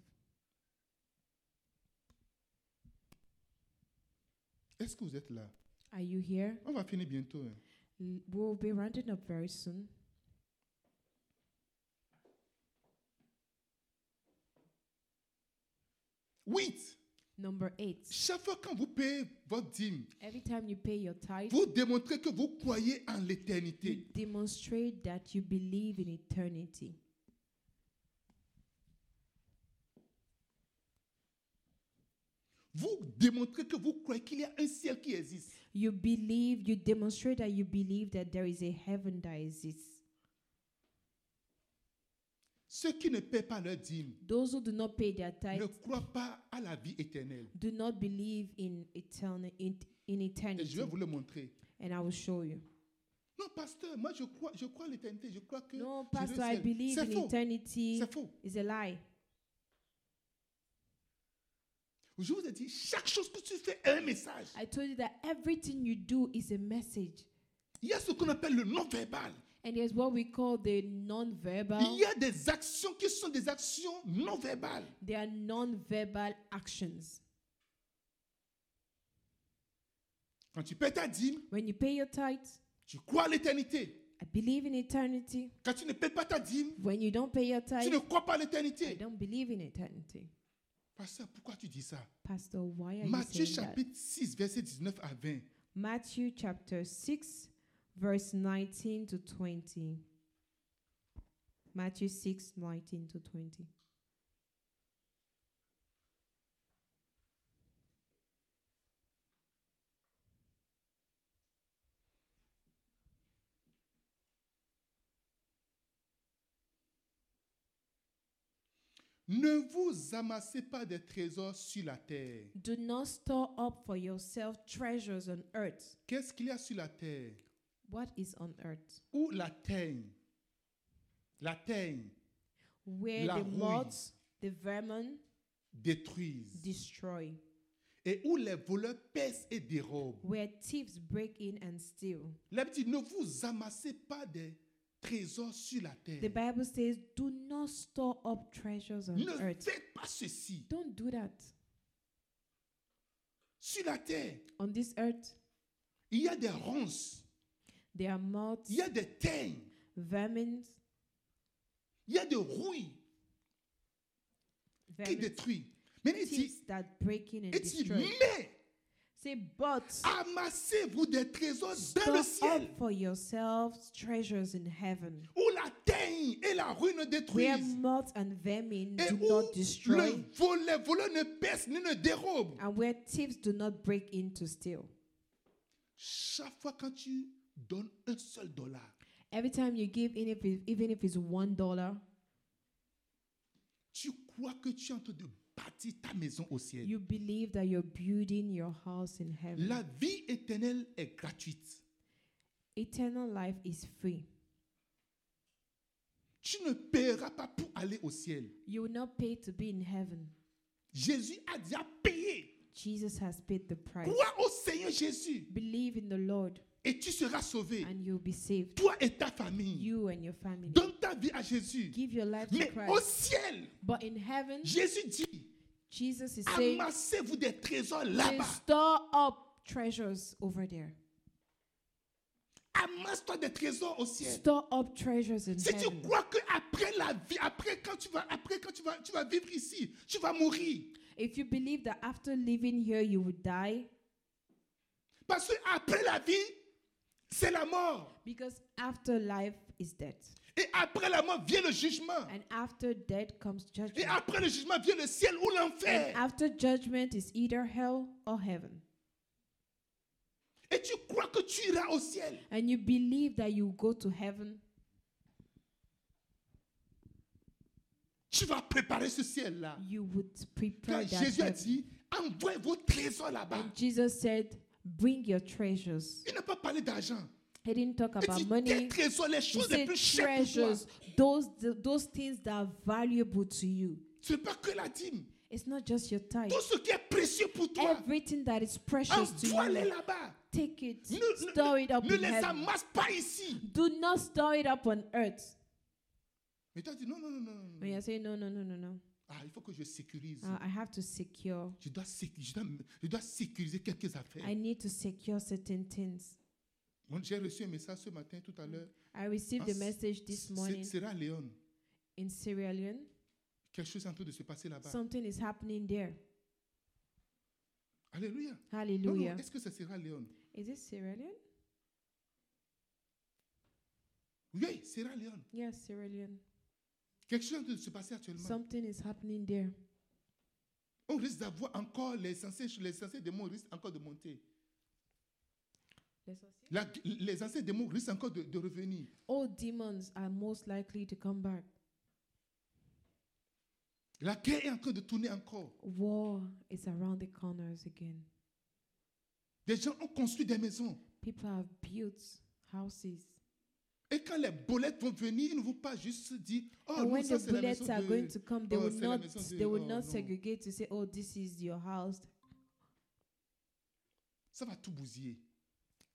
S1: Est-ce que vous êtes là
S2: Are you here?
S1: On va finir bientôt. hein.
S2: L- We'll be rounding up very soon.
S1: Huit.
S2: Number eight.
S1: Chaque fois quand vous payez votre dîme,
S2: Every time you pay your tithe,
S1: vous démontrez que vous croyez en
S2: you
S1: l'éternité.
S2: demonstrate that you believe in eternity.
S1: Vous démontrez que vous croyez qu'il y a un ciel qui existe.
S2: You believe, you demonstrate that you believe that there is a heaven that exists.
S1: Ceux qui ne paient pas leur dîme
S2: Those who do not pay their tithe
S1: ne croient pas à la vie éternelle.
S2: do not believe in eternal in,
S1: Et
S2: in
S1: je
S2: eternity.
S1: vais vous le montrer.
S2: And I will show you.
S1: Non, pasteur, moi je crois, je crois à l'éternité, je crois que
S2: No,
S1: j'irai au
S2: Pastor, I
S1: ciel.
S2: believe
S1: C'est
S2: in
S1: faux.
S2: eternity
S1: C'est faux.
S2: is a lie.
S1: Je vous ai dit, chaque chose que tu fais est un message.
S2: I told you that everything you do is a message.
S1: Il y a ce qu'on appelle le non-verbal.
S2: And there's what we call the
S1: Il
S2: non-verbal.
S1: y a des actions qui sont des actions non-verbales.
S2: They are non-verbal actions.
S1: Quand tu paies ta dîme,
S2: When you pay your tithe,
S1: tu crois à l'éternité.
S2: I believe in eternity.
S1: Quand tu ne paies pas ta dîme,
S2: When you don't pay your
S1: tu
S2: tithe,
S1: ne crois pas à
S2: I
S1: l'éternité.
S2: don't believe in eternity.
S1: Pasteur, pourquoi tu dis ça
S2: Pastor, why are
S1: Matthieu
S2: you saying that?
S1: chapitre 6, verset 19 à 20.
S2: Matthew chapter 6, verse 19 to 20. Matthew 6, 19 to 20.
S1: Ne vous amassez pas des trésors sur la terre.
S2: Do not store up for yourself treasures on earth.
S1: Qu'est-ce qu'il y a sur la terre
S2: What is on earth?
S1: Où la teigne La teigne
S2: Where
S1: La
S2: the
S1: rouille.
S2: moths, the vermin
S1: détruisent.
S2: destroy,
S1: Et où les voleurs pèsent et dérobent.
S2: where thieves break in and steal.
S1: La Bible dit, ne vous amassez pas des trésors sur la terre.
S2: The Bible says, do not store up treasures on
S1: Ne
S2: earth.
S1: faites pas ceci.
S2: Don't do that.
S1: Sur la terre,
S2: On this earth,
S1: il y a des ronces,
S2: there are moths,
S1: il y a des teignes,
S2: vermin,
S1: il y a des rouilles qui
S2: vermin
S1: détruisent. Mais il
S2: thieves
S1: dit,
S2: that break in and
S1: il dit,
S2: destroy.
S1: mais
S2: Say, but
S1: amassez-vous des trésors dans le
S2: store up
S1: ciel
S2: for yourselves treasures in heaven,
S1: où la teigne et la ruine
S2: where
S1: détruisent
S2: moths and vermin
S1: et
S2: do
S1: où
S2: not destroy,
S1: le vol- les voleurs ne pèsent ni ne dérobent.
S2: and where thieves do not break in to steal.
S1: Chaque fois quand tu donnes un seul dollar,
S2: Every time you give, in if it- even if it's one dollar,
S1: tu crois que tu es en train de bâtir ta maison au ciel.
S2: you believe that you're building your house in heaven.
S1: La vie éternelle est gratuite.
S2: Eternal life is free.
S1: Tu ne paieras pas pour aller au ciel.
S2: You will not pay to be in heaven.
S1: Jésus a déjà payé.
S2: Jesus has paid the price.
S1: Crois au Seigneur Jésus
S2: Believe in the Lord
S1: et tu seras sauvé.
S2: and you'll be saved.
S1: Toi et ta famille.
S2: You and your family.
S1: Donne ta vie à Jésus.
S2: Give your life to
S1: Mais au
S2: Christ.
S1: ciel,
S2: But in heaven,
S1: Jésus dit,
S2: Jesus is saying,
S1: amassez-vous des trésors
S2: "Say,
S1: là-bas.
S2: store up treasures over there.
S1: Amasse-toi des trésors au ciel.
S2: Store up treasures in
S1: Si tu
S2: heaven.
S1: crois que après la vie, après quand tu vas, après quand tu vas, tu vas vivre ici, tu vas mourir.
S2: If you believe that after living here you will die,
S1: Parce que après la vie, c'est la mort.
S2: because after life is death.
S1: Et après la mort vient le jugement.
S2: And after death comes
S1: Et
S2: judgment.
S1: après le jugement vient le ciel ou
S2: And
S1: l'enfer.
S2: after judgment is either hell or heaven.
S1: Et tu crois que tu iras au ciel.
S2: And you believe that you go to heaven,
S1: Tu vas préparer ce ciel-là.
S2: you would prepare
S1: Quand
S2: that
S1: Jésus a
S2: heaven.
S1: dit, envoyez vos trésors là-bas.
S2: And Jesus said, Bring your treasures.
S1: Il n'a pas parlé d'argent.
S2: He didn't talk
S1: Il
S2: about
S1: dit, tes
S2: money.
S1: trésors, les
S2: He
S1: choses les
S2: said
S1: plus chères pour toi.
S2: treasures, those, those things that are valuable to you.
S1: Ce n'est pas que la dîme.
S2: It's not just your tithe.
S1: Tout ce qui est précieux pour toi,
S2: Everything that is precious to
S1: envoie-les
S2: you,
S1: là-bas.
S2: take it,
S1: Ne, ne-
S2: store it up
S1: ne
S2: in
S1: les
S2: heaven.
S1: amasse pas ici.
S2: Do not store it up on earth.
S1: Mais toi, tu dis, non, non, non, non, non.
S2: When you say, No, no, no, no, no.
S1: Ah, il faut que je sécurise.
S2: Uh, I have to secure.
S1: Je dois, sé- je dois me- je dois sécuriser quelques affaires.
S2: I need to secure certain things.
S1: Bon, J'ai reçu un message ce matin, tout à l'heure.
S2: I received
S1: Ah,
S2: a
S1: s-
S2: message this morning
S1: Sera Leone.
S2: in Sierra Leone.
S1: Quelque chose est en train de se passer là-bas.
S2: Something is happening there.
S1: Alléluia. Non, non,
S2: Hallelujah.
S1: Est-ce que ça sera Leone
S2: Is it Sierra Leone?
S1: Oui, Sera Leone.
S2: Yes, Sierra Leone.
S1: Quelque chose est en train de se passer actuellement.
S2: Something is happening there.
S1: On risque d'avoir encore les anciens, les anciens démons risquent encore de monter. La- les anciens démons risquent encore de, de revenir.
S2: All demons are most likely to come back.
S1: La guerre est en train de tourner encore.
S2: War is around the corners again.
S1: Des gens ont construit des maisons.
S2: People have built houses.
S1: Et quand les bolettes vont venir, ils ne vont pas juste dire Oh,
S2: and
S1: non,
S2: when
S1: ça,
S2: the
S1: c'est la maison
S2: bullets are
S1: de-
S2: going to come, they
S1: oh,
S2: will
S1: c'est la
S2: not
S1: maison de-
S2: they will
S1: oh,
S2: not
S1: non.
S2: segregate to say, Oh, this is your house.
S1: Ça va tout bousiller.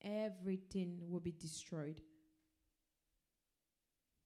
S2: Everything will be destroyed.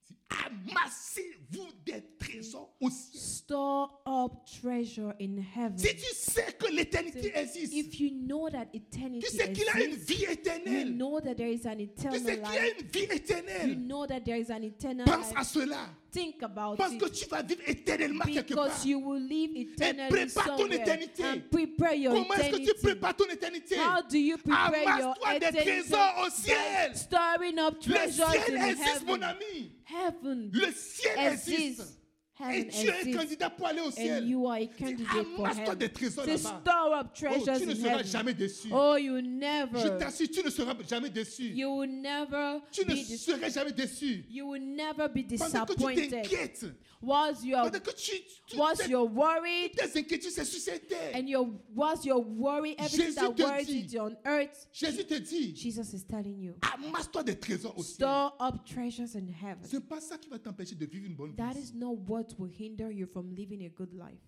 S1: C'est Amassez-vous des trésors au ciel.
S2: Store up treasure in heaven.
S1: Si tu sais que l'éternité existe,
S2: If you know that
S1: tu
S2: eternity
S1: sais qu'il a une
S2: exists,
S1: vie
S2: you
S1: éternelle,
S2: know that there is an
S1: tu sais
S2: eternal
S1: qu'il a
S2: life.
S1: une vie
S2: You
S1: éternelle,
S2: know that there is an eternal
S1: pense
S2: life.
S1: à cela.
S2: Think about
S1: Parce
S2: it.
S1: que tu vas vivre éternellement quelque part.
S2: Because you will live eternally
S1: prépare ton
S2: somewhere
S1: éternité.
S2: and prepare your
S1: Comment est-ce que tu
S2: eternity.
S1: prépares ton éternité
S2: How do you prepare your
S1: Amasse-toi des
S2: eternity?
S1: trésors au
S2: By
S1: ciel.
S2: Storing up
S1: Le
S2: treasures
S1: ciel
S2: in
S1: existe, mon
S2: heaven.
S1: ami.
S2: Heaven
S1: Le ciel
S2: exists.
S1: existe. Et
S2: Heaven
S1: tu es un
S2: exists.
S1: candidat pour aller au
S2: And
S1: ciel.
S2: you are a
S1: Dis,
S2: candidate for
S1: Amasse-toi
S2: heaven.
S1: des trésors
S2: Say,
S1: là-bas.
S2: store up
S1: Oh,
S2: treasures
S1: tu ne
S2: in
S1: seras
S2: heaven.
S1: jamais déçu.
S2: Oh, you
S1: Je
S2: never,
S1: t'assure, tu ne seras jamais déçu.
S2: you will never
S1: Tu ne
S2: be dis-
S1: seras jamais déçu.
S2: you will never be
S1: Pendant que tu
S2: disappointed. Oh.
S1: t'inquiètes,
S2: Whilst you are,
S1: pendant que tu, tu
S2: whilst
S1: t'es-
S2: you're worried,
S1: tes inquiétudes, c'est sur cette terre.
S2: and your whilst your worry, everything
S1: Jésus
S2: that
S1: te
S2: worries
S1: dit-
S2: you on earth,
S1: Jésus te dit,
S2: Jesus is telling you,
S1: amasse-toi des trésors au ciel.
S2: store up treasures in heaven.
S1: C'est pas ça qui va t'empêcher de vivre une bonne
S2: That
S1: vie.
S2: is not what will hinder you from living a good life.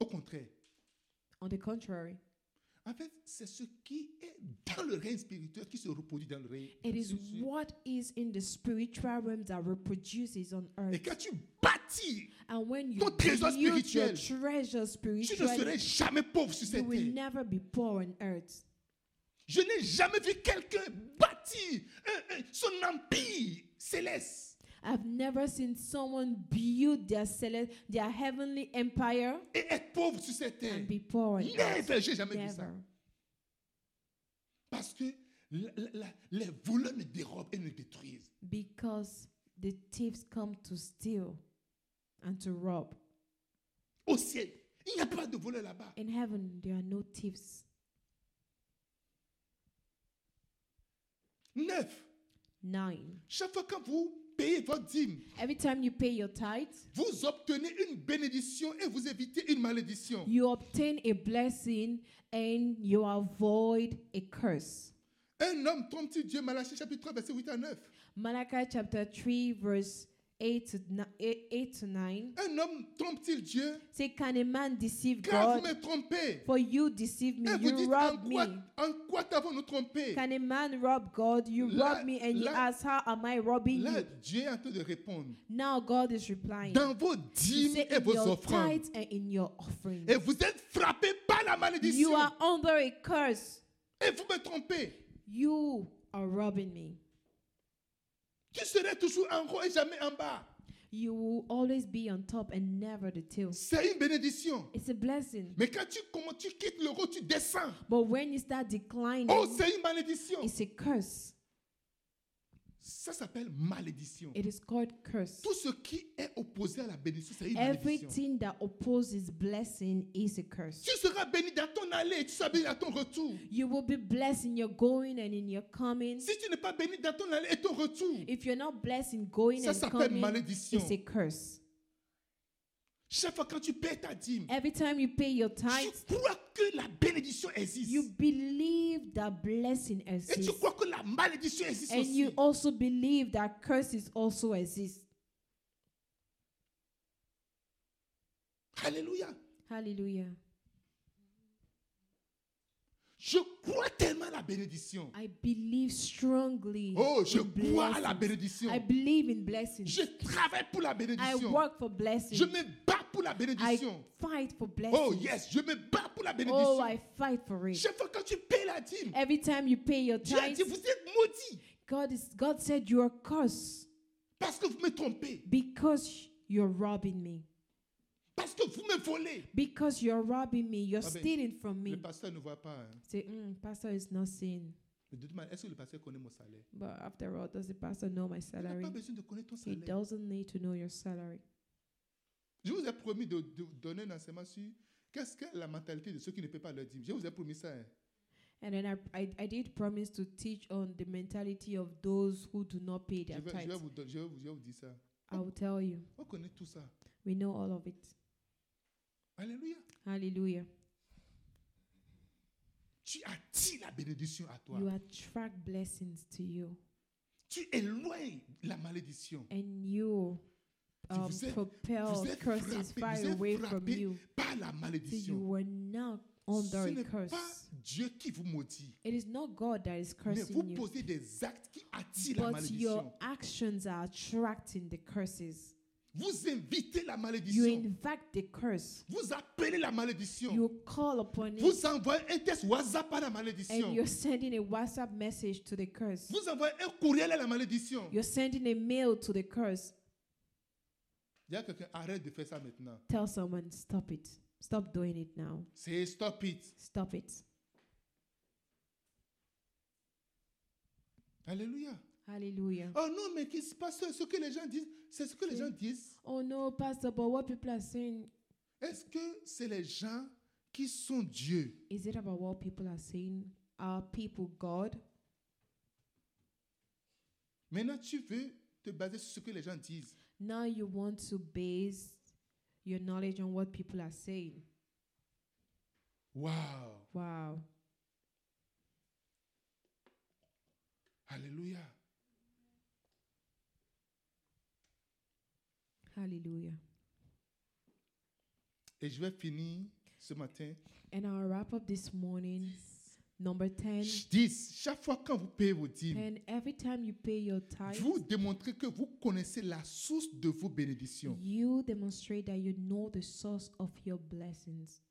S1: Au contraire.
S2: On the contrary,
S1: En fait, c'est ce qui est dans le règne spirituel qui se reproduit dans le règne.
S2: it is
S1: sur- sur-
S2: what is in the spiritual realm that reproduces on earth.
S1: Et quand tu bâtis bâtir
S2: And when you
S1: Ton trésor
S2: build your
S1: spirituel,
S2: treasure
S1: tu ne serais
S2: spiritually,
S1: jamais pauvre sur
S2: you
S1: cette
S2: will
S1: terre.
S2: never be poor on earth.
S1: Je n'ai jamais vu quelqu'un bâtir un- un- son empire céleste
S2: I've never seen someone build their celest, their heavenly empire
S1: et être pauvre sur cette terre.
S2: and be poor on earth.
S1: Eh, Never, j'ai jamais vu ça.
S2: Never.
S1: Parce que la- la- la- les voleurs ne dérobent et ne détruisent.
S2: Because the thieves come to steal and to rob.
S1: Au ciel, il n'y a pas de voleurs là-bas.
S2: In heaven, there are no thieves.
S1: Neuf,
S2: Nine.
S1: chaque fois que vous payez votre dîme,
S2: Every time you pay your tithe,
S1: vous obtenez une bénédiction et vous évitez une malédiction.
S2: you obtain a blessing and you avoid a curse.
S1: Un homme trompe-t-il Dieu Malachie chapitre 3 verset 8 à 9.
S2: Malachi chapter 3, verse 8 to, ni- eight- 8 to 9.
S1: Un homme trompe-t-il Dieu
S2: Say, can a man deceive
S1: Car vous
S2: God?
S1: me trompez.
S2: For you deceive me,
S1: Et vous
S2: you
S1: dites en
S2: rob
S1: quoi,
S2: me.
S1: en quoi t'avons-nous trompé
S2: Can a man rob God? You
S1: Là-
S2: rob me, and you
S1: là-
S2: ask, How am I robbing
S1: Là,
S2: you?
S1: Dieu est en train de répondre.
S2: Now God is replying.
S1: Dans vos
S2: He
S1: dîmes
S2: said,
S1: et
S2: in
S1: vos
S2: your
S1: offrandes,
S2: tithes and in your offerings.
S1: et vous êtes frappés par la
S2: You
S1: malédiction,
S2: are under a curse.
S1: et vous me trompez.
S2: You are robbing me.
S1: Tu serais toujours en haut et jamais en bas.
S2: You will always be on top and never the tail.
S1: C'est une bénédiction.
S2: It's a blessing.
S1: Mais quand tu, comment, tu quittes le haut, tu descends.
S2: But when you start declining,
S1: Oh, c'est une malédiction.
S2: it's a curse.
S1: Ça s'appelle malédiction.
S2: It is called curse.
S1: Tout ce qui est opposé à la bénédiction, c'est une malédiction.
S2: Everything that opposes blessing is a curse.
S1: Tu seras béni dans ton allée et tu seras béni à ton retour.
S2: You will be blessed in your going and in your coming.
S1: Si tu n'es pas béni dans ton allée et ton retour,
S2: If you're not blessed in going
S1: ça
S2: and
S1: s'appelle
S2: coming,
S1: malédiction.
S2: it's a curse.
S1: Chaque fois quand tu paies ta dîme,
S2: Every time you pay your
S1: tu
S2: tithes,
S1: crois que la bénédiction existe.
S2: you believe that blessing
S1: Et tu
S2: exists.
S1: crois que la malédiction existe
S2: And
S1: aussi.
S2: you also believe that curses also exist.
S1: Alléluia.
S2: Hallelujah.
S1: Je crois tellement à la bénédiction.
S2: I believe strongly.
S1: Oh,
S2: in
S1: je crois à la
S2: blessings.
S1: bénédiction.
S2: I believe in blessings.
S1: Je travaille pour la
S2: I
S1: bénédiction.
S2: work for
S1: Je
S2: blessings.
S1: me bats pour la
S2: I
S1: bénédiction.
S2: fight for
S1: Oh
S2: blessings.
S1: yes, je me bats pour la
S2: Oh,
S1: bénédiction.
S2: I fight for it.
S1: Chaque fois quand tu paies la dîme,
S2: Every time you pay your
S1: Dieu a dit,
S2: tithes,
S1: vous êtes maudits
S2: God is God said you are cursed
S1: parce que vous me trompez,
S2: because you're robbing me.
S1: parce que vous me volez.
S2: Because you're robbing me, you're
S1: Ah ben,
S2: stealing from me.
S1: Le pasteur ne voit pas. hein.
S2: Say, mm, pastor is not saying.
S1: Mais de toute manière, est-ce que le pasteur connaît mon salaire
S2: But after all, does the pastor know
S1: Il
S2: my
S1: n'a
S2: salary?
S1: pas besoin de connaître ton
S2: He
S1: salaire.
S2: doesn't need to know your salary.
S1: Je vous ai promis de, de donner un enseignement sur qu'est-ce que la mentalité de ceux qui ne paient pas leur dîme. Je vous ai promis ça. hein.
S2: And then I, I, I did promise to teach on the mentality of those who do not pay
S1: Je
S2: their
S1: vais, je vais
S2: tithes.
S1: vous, don- je vais vous- je vais vous dire ça.
S2: I will tell you,
S1: On connaît tout ça.
S2: we know all of it.
S1: Alléluia.
S2: Hallelujah.
S1: Tu attires la bénédiction à toi.
S2: You attract blessings to you,
S1: Tu éloignes la malédiction
S2: and you
S1: Si
S2: um,
S1: vous êtes-
S2: propel
S1: vous êtes
S2: curses far
S1: frappé- vous êtes
S2: away from
S1: frappé
S2: you.
S1: par la
S2: So you
S1: malédiction.
S2: were now
S1: Ce
S2: under a
S1: n'est
S2: curse.
S1: pas Dieu qui vous maudit,
S2: It is not God that is
S1: mais vous
S2: cursing you,
S1: posez des actes qui attirent la
S2: but your
S1: malédiction.
S2: actions are attracting the curses.
S1: Vous invitez la
S2: You
S1: malédiction.
S2: invite the curse.
S1: Vous appelez la malédiction.
S2: You call upon it,
S1: Vous envoyez un test WhatsApp à la
S2: and
S1: malédiction.
S2: you're sending a WhatsApp message to the curse.
S1: Vous envoyez un courriel à la malédiction.
S2: You're sending a mail to the curse.
S1: Dis à quelqu'un, arrête de faire ça maintenant.
S2: Tell someone, stop it. Stop doing it now.
S1: C'est stop it.
S2: Stop it.
S1: Alléluia.
S2: Hallelujah.
S1: Oh non, mais qu'est-ce qui se passe Ce que les gens disent, c'est ce que les
S2: C'est-
S1: gens disent.
S2: Oh no, Pastor, but what people are saying,
S1: Est-ce que c'est les gens qui sont Dieu
S2: is it about what people are saying? Are people God?
S1: Maintenant, tu veux te baser sur ce que les gens disent.
S2: Now you want to base your knowledge on what people are saying.
S1: Waouh.
S2: Wow.
S1: Alléluia.
S2: Hallelujah.
S1: Et je vais finir ce matin
S2: And I'll wrap up this morning Number 10,
S1: 10. Chaque fois quand vous payez vos dîmes,
S2: 10 every time you pay your tithe,
S1: vous démontrez que vous connaissez la source de vos bénédictions.
S2: you demonstrate that you know the source of your blessings.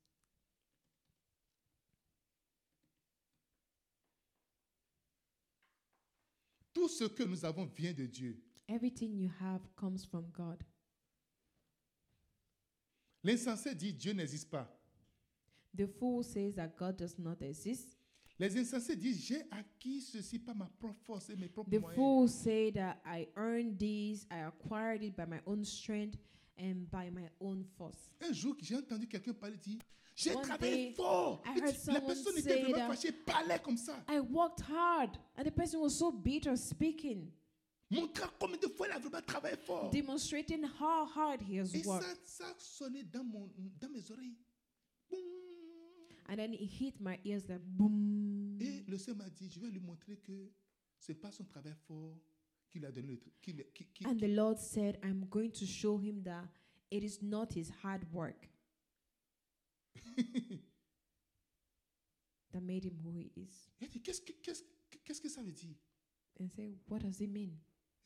S1: Tout ce que nous avons vient de Dieu.
S2: Everything you have comes from God.
S1: L'insensé dit Dieu n'existe pas.
S2: The fool says that God does not exist.
S1: Les insensés disent j'ai acquis ceci par ma propre force et mes propres
S2: The
S1: moyens.
S2: fool say that I earned this, I acquired it by my own strength and by my own force.
S1: Un jour, j'ai entendu quelqu'un parler dire j'ai
S2: One
S1: travaillé
S2: day,
S1: fort.
S2: I
S1: Et tu-
S2: heard
S1: la
S2: someone
S1: personne était
S2: say
S1: vraiment
S2: that-
S1: fâchée, parlait comme ça,
S2: I worked hard, and the person was so bitter speaking,
S1: montrant combien de fois elle a vraiment travaillé fort.
S2: demonstrating how hard he has
S1: Et
S2: worked.
S1: ça, ça sonnait dans, mon, dans mes oreilles. Boum.
S2: And then it hit my ears like boom.
S1: Et le Seigneur m'a dit, je vais lui montrer que ce n'est pas son travail fort qui lui a donné le... tr- Qui, lui- qui- qui-
S2: And the Lord said, I'm going to show him that it is not his hard work that made him who he is.
S1: Il a dit, qu'est-ce que, qu'est-ce, que- qu'est-ce que ça veut dire
S2: And I say, What does it mean?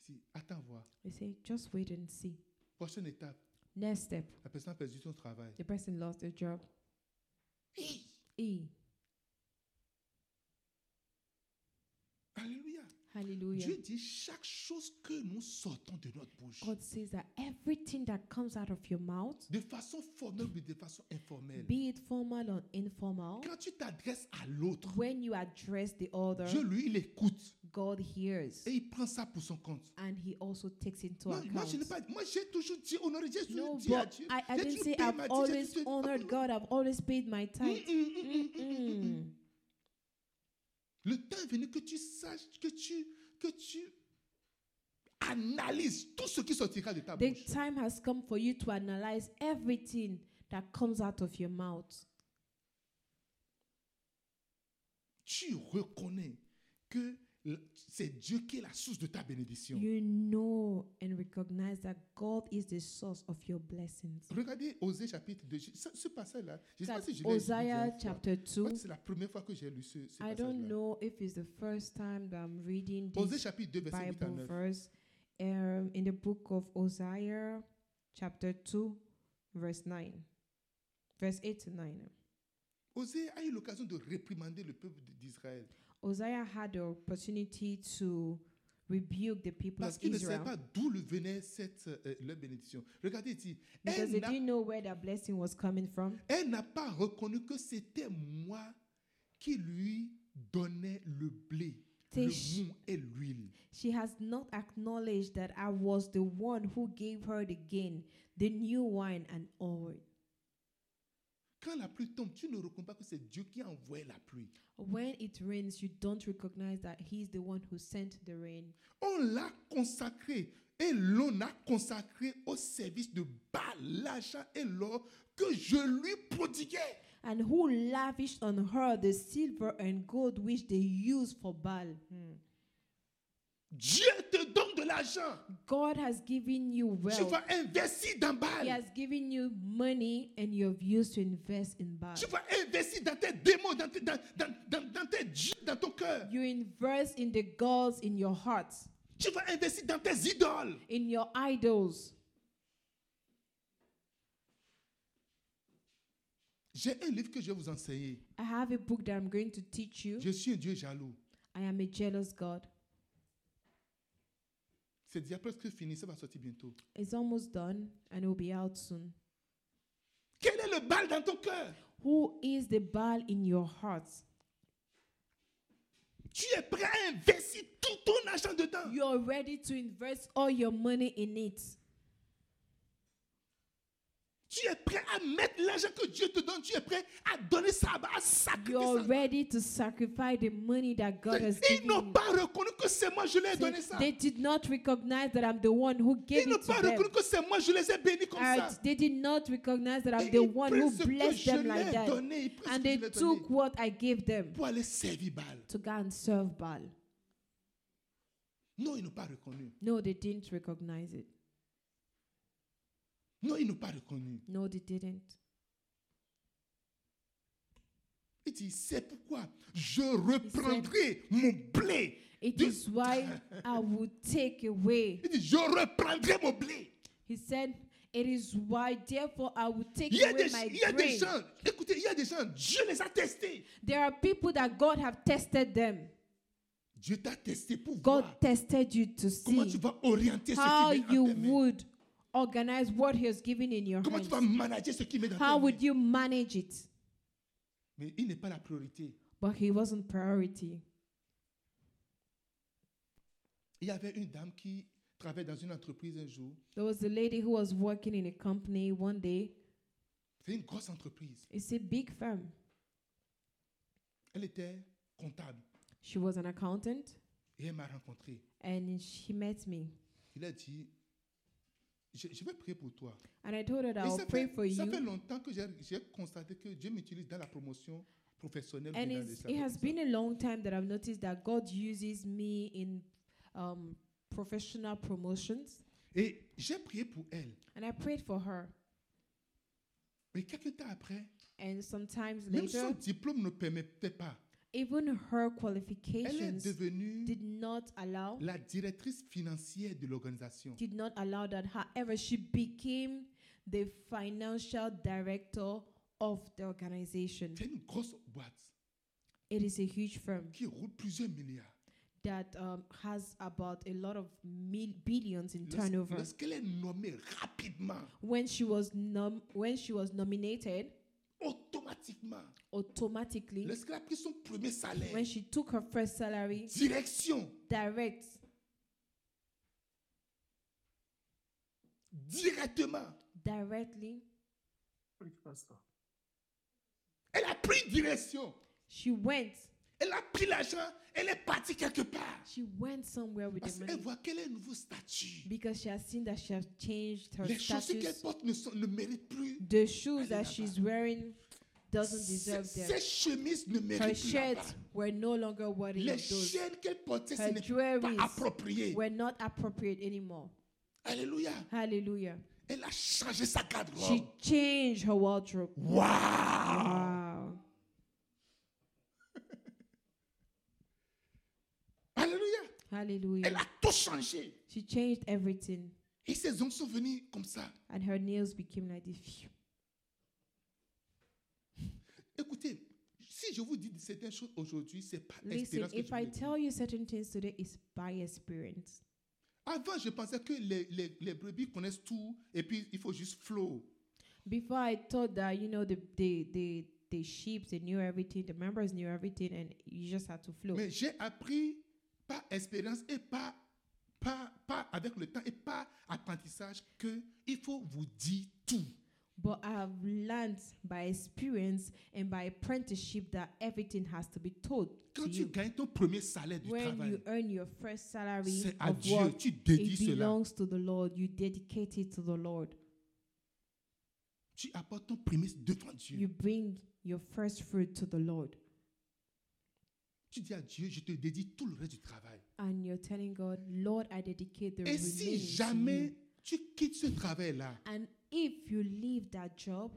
S1: Il dit, attends voir.
S2: I say, Just wait and see.
S1: Prochaine étape,
S2: Next step,
S1: la personne a perdu son travail.
S2: the person lost their job.
S1: Hi,
S2: E.
S1: Alléluia.
S2: Hallelujah.
S1: Dieu dit, chaque chose que nous sortons de notre bouche,
S2: God says that everything that comes out of your mouth,
S1: de façon formelle ou de façon informelle,
S2: be it formal or informal,
S1: quand tu t'adresses à l'autre,
S2: when you address the other,
S1: Dieu, lui, il écoute
S2: God hears
S1: et il prend ça pour son compte.
S2: and He also takes into
S1: Non, moi, je n'ai
S2: account.
S1: pas, moi, j'ai toujours dit honorer Dieu,
S2: No,
S1: dit à
S2: but
S1: Dieu.
S2: I, I
S1: J'ai
S2: didn't
S1: toujours
S2: say
S1: payé ma dîme,
S2: I've
S1: j'ai
S2: always
S1: toujours dit- Hum,
S2: honored God, I've always paid my
S1: Mm, mm,
S2: tithe.
S1: mm, mm, mm, mm, mm, mm.
S2: Mm.
S1: Le temps est venu que tu saches, que tu, que tu analyses tout ce qui sortira de ta
S2: The
S1: bouche.
S2: time has come for you to analyze everything that comes out of your mouth.
S1: Tu reconnais que l- c'est Dieu qui est la source de ta bénédiction.
S2: You know and recognize that God is the source of your blessings.
S1: Regardez Osée chapitre 2. Je- Ce, ce passage-là, je ne sais pas
S2: That's
S1: si je l'ai lu
S2: Isaiah
S1: plusieurs fois.
S2: chapter
S1: Je
S2: 2.
S1: crois que C'est la première fois que j'ai lu ce, ce
S2: I don't
S1: passage-là.
S2: know if it's the first time that I'm reading
S1: Osée
S2: this
S1: chapitre 2, verset 8 à
S2: Bible
S1: 9.
S2: verse um, in the book of Isaiah, chapter 2, verse 9. Verse 8 to 9.
S1: Osée a eu l'occasion de réprimander le peuple d'Israël
S2: Uzziah had the opportunity to rebuke the people
S1: parce
S2: of
S1: qu'il ne savait
S2: Israel
S1: pas d'où le venait cette, euh, leur bénédiction. Regardez, il dit,
S2: because they
S1: Elle n'a-
S2: didn't know where their blessing was coming from.
S1: Elle n'a pas reconnu que c'était moi qui lui donnait le blé, le
S2: They sh-
S1: mou et l'huile.
S2: she has not acknowledged that I was the one who gave her the gain, the new wine and oil.
S1: Quand la pluie tombe, tu ne reconnais pas que c'est Dieu qui a envoyé la pluie.
S2: When it rains, you don't recognize that he's the one who sent the rain.
S1: On l'a consacré et l'on a consacré au service de Baal, l'argent et l'or que je lui prodiguais.
S2: and who lavished on her the silver and gold which they used for Baal.
S1: Dieu te donne de l'argent.
S2: God has given you
S1: Tu
S2: wealth.
S1: vas investir dans Baal.
S2: He has given you money and you have used to invest in Baal.
S1: Tu vas investir dans tes démons, dans tes, dans- dans- dans- dans tes dieux, dans ton cœur.
S2: You invest in the gods in your heart,
S1: Tu vas investir dans tes idoles.
S2: in your idols.
S1: J'ai un livre que je vais vous enseigner.
S2: I have a book that I'm going to teach you.
S1: Je suis un Dieu jaloux.
S2: I am a jealous God.
S1: C'est déjà presque fini, ça va sortir bientôt.
S2: It's almost done and it will be out soon.
S1: Quel est le bal dans ton cœur
S2: Who is the Baal in your heart?
S1: Tu es prêt à investir tout ton argent dedans.
S2: You're ready to invest all your money in it.
S1: Tu es prêt à mettre l'argent que Dieu te donne. Tu es prêt à donner ça, à
S2: You're
S1: sacrifier ça.
S2: ready to sacrifice the money that God has
S1: Ils
S2: given
S1: n'ont
S2: you.
S1: pas reconnu que c'est moi, je leur ai
S2: They,
S1: donné ça.
S2: they did not recognize that I'm the one who gave
S1: Ils n'ont
S2: it
S1: pas
S2: to
S1: reconnu
S2: them.
S1: que c'est moi, je les ai bénis comme
S2: And
S1: ça.
S2: they did not recognize that
S1: Et
S2: I'm the
S1: ils
S2: one
S1: prennent
S2: who
S1: ce que
S2: blessed
S1: je
S2: them
S1: leur
S2: like
S1: ai
S2: that.
S1: donné, ils prennent ce
S2: And
S1: que
S2: they
S1: je leur ai donné
S2: took what I gave them
S1: pour aller servir Baal.
S2: to go and serve Baal.
S1: Non, ils n'ont pas reconnu.
S2: No, they didn't recognize it.
S1: Non, ils n'ont pas reconnu.
S2: No, they didn't.
S1: Il dit, c'est pourquoi je reprendrai mon blé.
S2: It
S1: Dis-
S2: is why I will take away.
S1: Il dit, je reprendrai mon blé.
S2: He said, It is why, therefore, I will take
S1: Il y a
S2: away
S1: des,
S2: my
S1: il y a des
S2: grain.
S1: gens, écoutez, il y a des gens, Dieu les a testés.
S2: There are people that God have tested them.
S1: Dieu t'a testé pour
S2: God
S1: voir
S2: tested you to
S1: comment tu
S2: see
S1: vas orienter
S2: how
S1: ce qui met
S2: you
S1: dans tes mains.
S2: would organize what He has given in your
S1: Comment tu vas
S2: hands.
S1: manager ce qui met dans
S2: How
S1: tes mains.
S2: would you manage it?
S1: Mais il n'est pas la priorité.
S2: But He wasn't priority.
S1: Il y avait une dame qui travaillait dans une entreprise un jour.
S2: There was a lady who was working in a company one day.
S1: C'est une grosse entreprise.
S2: It's a big firm.
S1: Elle était comptable
S2: She was an accountant,
S1: et elle m'a rencontré.
S2: and she met me.
S1: Il a dit, je, je vais prier pour toi.
S2: And I told her that
S1: Et
S2: I'll
S1: ça,
S2: pray
S1: fait,
S2: for
S1: ça fait
S2: you.
S1: longtemps que j'ai j'ai constaté que Dieu m'utilise dans la promotion professionnelle. ou
S2: And
S1: bien dans
S2: it's,
S1: les
S2: it
S1: affaires
S2: has
S1: comme ça.
S2: been a long time that I've noticed that God uses me in um, professional promotions.
S1: Et j'ai prié pour elle.
S2: And I prayed for her.
S1: Mais quelques temps après,
S2: And sometimes
S1: même son
S2: later,
S1: diplôme ne permettait pas.
S2: even her
S1: Elle est
S2: qualifications
S1: devenue
S2: did not allow,
S1: la directrice financière de l'organisation.
S2: did not allow that. However, she became the financial director of the organization.
S1: C'est une grosse boîte
S2: It is a huge firm
S1: qui roule plusieurs milliards.
S2: that um, has about a lot of mil- billions in
S1: Lorsque-
S2: turnover.
S1: Lorsqu'elle est nommée rapidement,
S2: When she was nom- when she was nominated,
S1: automatiquement,
S2: automatically,
S1: lorsqu'elle a pris son premier
S2: when
S1: salaire,
S2: she took her first salary,
S1: direction,
S2: direct,
S1: directement,
S2: directly,
S1: elle a pris direction.
S2: she went.
S1: Elle a pris l'argent, elle est partie quelque part.
S2: She went somewhere with
S1: Parce
S2: the
S1: qu'elle
S2: money
S1: voit qu'elle est un nouveau statut.
S2: because she has seen that she has changed her
S1: Les chaussures qu'elle
S2: status.
S1: porte ne, sont- ne méritent plus.
S2: The shoes
S1: Allez
S2: that
S1: là-bas.
S2: she's wearing doesn't
S1: Ses
S2: deserve
S1: ses
S2: them.
S1: chemises ne
S2: Her
S1: méritent plus.
S2: shirts
S1: là-bas.
S2: were no longer worthy
S1: Les
S2: of those.
S1: chaînes qu'elle portait, ce
S2: Her
S1: n'est
S2: jewelries
S1: pas approprié.
S2: Were not appropriate anymore.
S1: Alléluia.
S2: Hallelujah.
S1: Elle a changé sa
S2: She
S1: garde-robe.
S2: changed her wardrobe.
S1: Waouh!
S2: Wow.
S1: Alléluia. Elle
S2: Hallelujah.
S1: a tout changé.
S2: She changed everything.
S1: Et ses ongles sont venus comme ça.
S2: And her nails became like this. Phew.
S1: Écoutez, si je vous dis certaines choses aujourd'hui, c'est pas
S2: Listen,
S1: expérience. que je
S2: if
S1: vous
S2: I
S1: le dis.
S2: tell you certain things today, it's by experience.
S1: Avant, je pensais que les, les, les brebis connaissent tout et puis il faut juste flow.
S2: Before I thought that, you know, the the the, the sheep, they knew everything, the members knew everything, and you just had to flow.
S1: Mais j'ai appris par expérience et par, par, par- avec le temps et par apprentissage que il faut vous dire tout.
S2: But I have learned by experience and by apprenticeship that everything has to be taught
S1: Quand
S2: to
S1: tu
S2: you.
S1: gagnes ton premier salaire du
S2: When
S1: travail,
S2: you earn your first salary
S1: c'est à
S2: of
S1: Dieu.
S2: work,
S1: Tu dédies
S2: it
S1: cela.
S2: belongs to the Lord. You dedicate it to the Lord.
S1: Tu apportes ton premier devant Dieu.
S2: You bring your first fruit to the Lord.
S1: Tu dis à Dieu, je te dédie tout le reste du travail.
S2: And you're telling God, Lord, I dedicate the
S1: Et
S2: remaining
S1: si
S2: to you.
S1: jamais tu quittes ce travail-là,
S2: And if you leave that job,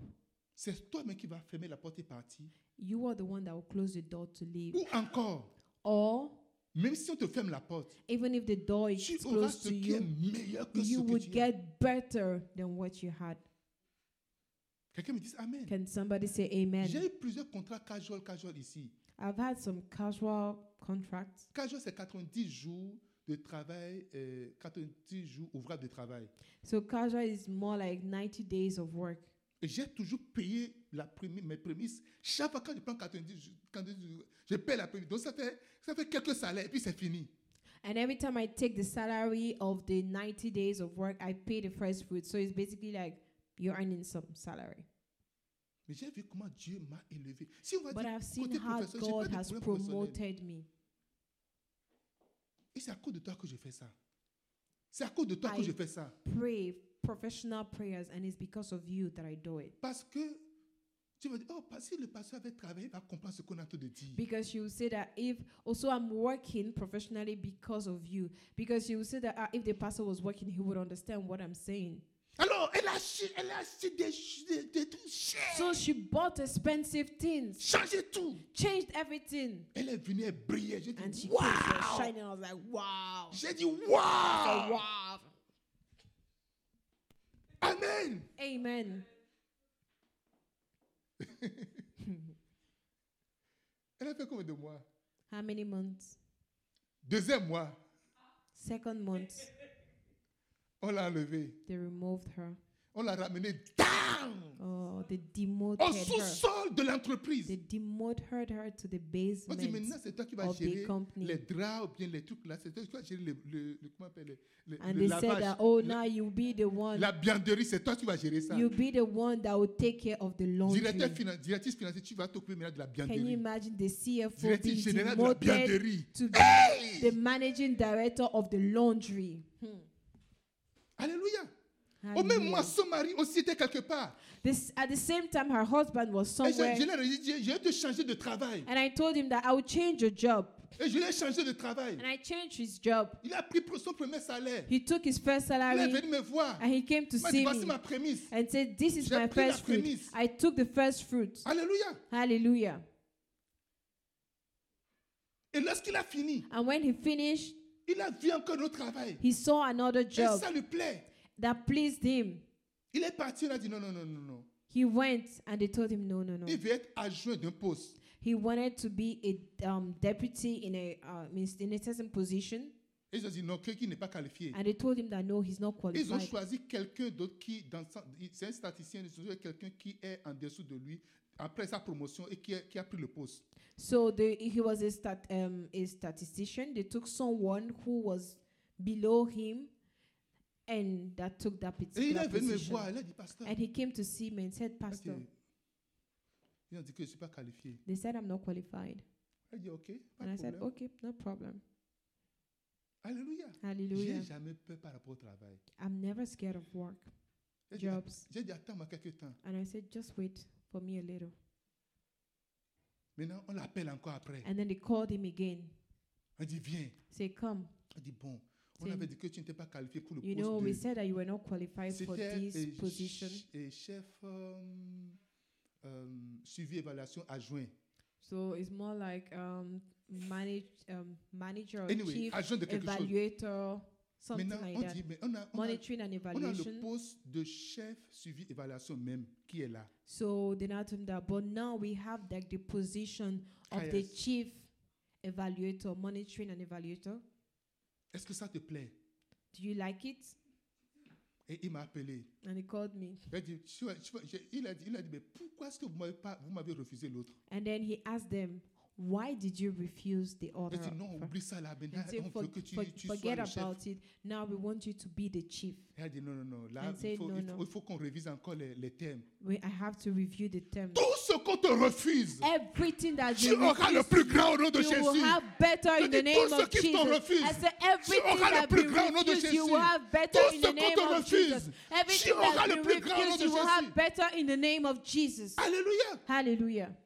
S1: c'est toi-même qui vas fermer la porte et partir.
S2: you are the one that will close the door to leave.
S1: Ou encore,
S2: Or
S1: même si on te ferme la porte,
S2: even if the door is
S1: tu auras
S2: closed
S1: ce
S2: to
S1: qui est
S2: you,
S1: meilleur que ce
S2: you
S1: que
S2: would
S1: tu as.
S2: get better than what you had.
S1: Quelqu'un me dit Amen.
S2: Can somebody say amen?
S1: J'ai eu plusieurs contrats casual, casual ici.
S2: I've had some casual contracts.
S1: Casual, c'est 90 jours de travail, euh, 90 jours ouvrables de travail.
S2: So casual is more like 90 days of work.
S1: Et j'ai toujours payé la premi- mes prémices. Chaque fois quand je prends 90 jours, 90 jours, je paie la prémisse. Donc ça fait, ça fait quelques salaires et puis c'est fini.
S2: And every time I take the salary of the 90 days of work, I pay the first fruit. So it's basically like you're earning some salary.
S1: Mais j'ai vu comment Dieu m'a élevé. Si on va
S2: But
S1: dire,
S2: I've seen
S1: côté
S2: how
S1: professeur, j'ai pas
S2: God
S1: de
S2: has
S1: problème professionnel.
S2: promoted me.
S1: et c'est à cause de toi que je fais ça. C'est à cause de toi que
S2: I-
S1: je fais ça.
S2: Pray professional prayers, and it's because of you that I do it.
S1: Parce que tu vas dire, oh, parce que le pasteur avait travaillé, il va comprendre ce qu'on a en train de dire.
S2: Because you will say that if also I'm working ah, professionally because of you. Because you will say that uh, if the pastor was working, he would understand what I'm saying.
S1: Alors, elle a acheté, elle a acheté des, ch- des, des trucs chers.
S2: So she bought expensive things,
S1: Changé tout.
S2: changed everything,
S1: Elle est venue, elle brillait. J'ai
S2: and she
S1: dit,
S2: came she was
S1: waouh.
S2: shining. I was like, wow,
S1: J'ai dit,
S2: I
S1: waouh.
S2: said, wow,
S1: Amen.
S2: amen.
S1: Elle a fait combien de mois
S2: How many months?
S1: Deuxième mois,
S2: Second month,
S1: on l'a enlevée.
S2: they removed her.
S1: On l'a ramenée down,
S2: Oh, they
S1: au
S2: demoted her.
S1: sous-sol de l'entreprise.
S2: They demoted her to the
S1: On dit,
S2: basement.
S1: maintenant, c'est toi qui vas
S2: of the
S1: gérer
S2: company.
S1: les draps ou bien les trucs là. C'est toi qui vas gérer le, le, le- comment on appelle, le, le-
S2: And
S1: le
S2: they
S1: lavage.
S2: said that, oh,
S1: la,
S2: now you'll be the one,
S1: la bianderie, c'est toi qui vas gérer ça.
S2: you'll be the one that will take care of the laundry.
S1: Directeur finan- directrice financier, tu vas t'occuper maintenant de la
S2: Can you
S1: bianderie.
S2: imagine the CFO
S1: Directrice
S2: being
S1: générale de la
S2: demoted
S1: bianderie.
S2: to be
S1: Hey!
S2: the managing director of the laundry?
S1: Alléluia. Au Oh, même
S2: Hallelujah.
S1: moment, son mari aussi était quelque part.
S2: This, at the same time, her husband was
S1: Et je,
S2: somewhere,
S1: je l'ai dit, je vais te changer de travail.
S2: and I told him that I would change your job,
S1: Et je l'ai changé de travail.
S2: and I changed his job.
S1: Il a pris pour son premier salaire.
S2: He took his first
S1: Il est
S2: salary,
S1: venu me voir.
S2: and he came to
S1: Il m'a dit,
S2: see
S1: voici
S2: me
S1: ma prémisse.
S2: and said, "This is
S1: J'ai
S2: my
S1: pris la
S2: first fruit.
S1: prémisse.
S2: I took the first fruit."
S1: Alléluia.
S2: Hallelujah.
S1: Et lorsqu'il a fini,
S2: And when he finished,
S1: il a vu encore notre travail.
S2: he saw another
S1: Et
S2: job
S1: ça lui plaît.
S2: that pleased him.
S1: Il est parti, il a dit non, non, non, non, non.
S2: He went and they told him, no, no, no.
S1: Il veut être adjoint d'un poste.
S2: He wanted to be a um, deputy in a uh, means in a certain position,
S1: Et ils ont dit non, quelqu'un n'est pas qualifié.
S2: and they told him that no, he's not
S1: Ils ont
S2: qualified.
S1: choisi quelqu'un d'autre qui, dans sa- c'est un statisticien, ils ont choisi quelqu'un qui est en dessous de lui après sa promotion et qui, est- qui a pris le poste.
S2: So they, he was a stat, um, a statistician. They took someone who was below him, and that took that
S1: Et il
S2: particular
S1: est venu me
S2: position.
S1: voir, il a dit pasteur.
S2: And he came to see me and said,
S1: parce que-
S2: Pastor,
S1: Ils ont dit que je ne suis pas qualifié.
S2: they said I'm not qualified,
S1: Il a dit ok, pas
S2: and I
S1: de
S2: said, oh.
S1: problème.
S2: okay, no problem.
S1: Alléluia.
S2: Hallelujah.
S1: J'ai jamais peur par rapport au travail.
S2: I'm never scared of work,
S1: J'ai dit, ah,
S2: jobs,
S1: J'ai dit, attends-moi quelques temps.
S2: and I said, just wait for me a little.
S1: Maintenant, on l'appelle encore après.
S2: And then they called him again.
S1: On dit, viens.
S2: Say, come.
S1: On dit, bon, on
S2: Say,
S1: avait dit que tu n'étais pas qualifié pour le
S2: You know, we
S1: poste
S2: said that you were not qualified
S1: de...
S2: for
S1: C'était
S2: this
S1: euh,
S2: position.
S1: ch- euh, chef euh, euh, suivi évaluation adjoint.
S2: So it's more like um, manage, um, manager, or
S1: Anyway,
S2: chief,
S1: adjoint de quelque chose.
S2: evaluator, something
S1: Maintenant,
S2: like
S1: on
S2: that.
S1: dit, mais on a, on, a,
S2: Monitoring and
S1: on a
S2: evaluation.
S1: le poste de chef suivi évaluation même qui est là.
S2: so they now told that, but now we have like the position of the
S1: KS.
S2: chief evaluator, monitoring and evaluator.
S1: Est-ce que ça te plaît?
S2: Do you like it?
S1: Et il m'a appelé.
S2: And he called me.
S1: Il a dit, tu vois- tu vois, j'ai- il a dit, il a dit, mais pourquoi est-ce que vous m'avez pas, vous m'avez refusé l'autre?
S2: And then he asked them, why did you refuse the
S1: Il
S2: order?
S1: a dit, non,
S2: offer?"
S1: oublie ça là, maintenant,
S2: And say,
S1: on
S2: "For-
S1: veut que tu,
S2: for-
S1: tu sois
S2: forget
S1: le chef.
S2: about it. Now we want you to be the chief.
S1: Elle a dit non, non, non. Là,
S2: And
S1: il
S2: said,
S1: faut,
S2: "No,
S1: il faut-
S2: no."
S1: il faut qu'on révise encore les, les thèmes.
S2: We, I have to review the terms.
S1: Tout ce qu'on te refuse,
S2: Everything that
S1: tu
S2: you
S1: auras le
S2: refuse,
S1: plus grand au nom de
S2: you will
S1: Jésus.
S2: have better
S1: Je
S2: in the
S1: dis,
S2: name
S1: tout ce
S2: of
S1: qui t'en
S2: Jesus.
S1: refuse,
S2: I said,
S1: auras
S2: everything
S1: le
S2: that
S1: plus
S2: been
S1: grand au nom de
S2: refused, you will
S1: Jésus.
S2: have better
S1: Tout
S2: in
S1: ce
S2: the
S1: qu'on
S2: name
S1: te
S2: of Jesus.
S1: refuse,
S2: Everything
S1: auras
S2: that
S1: le
S2: been
S1: plus grand au nom
S2: refused,
S1: de
S2: you will
S1: Jésus.
S2: have better in the name of Jesus.
S1: Alléluia.
S2: Hallelujah.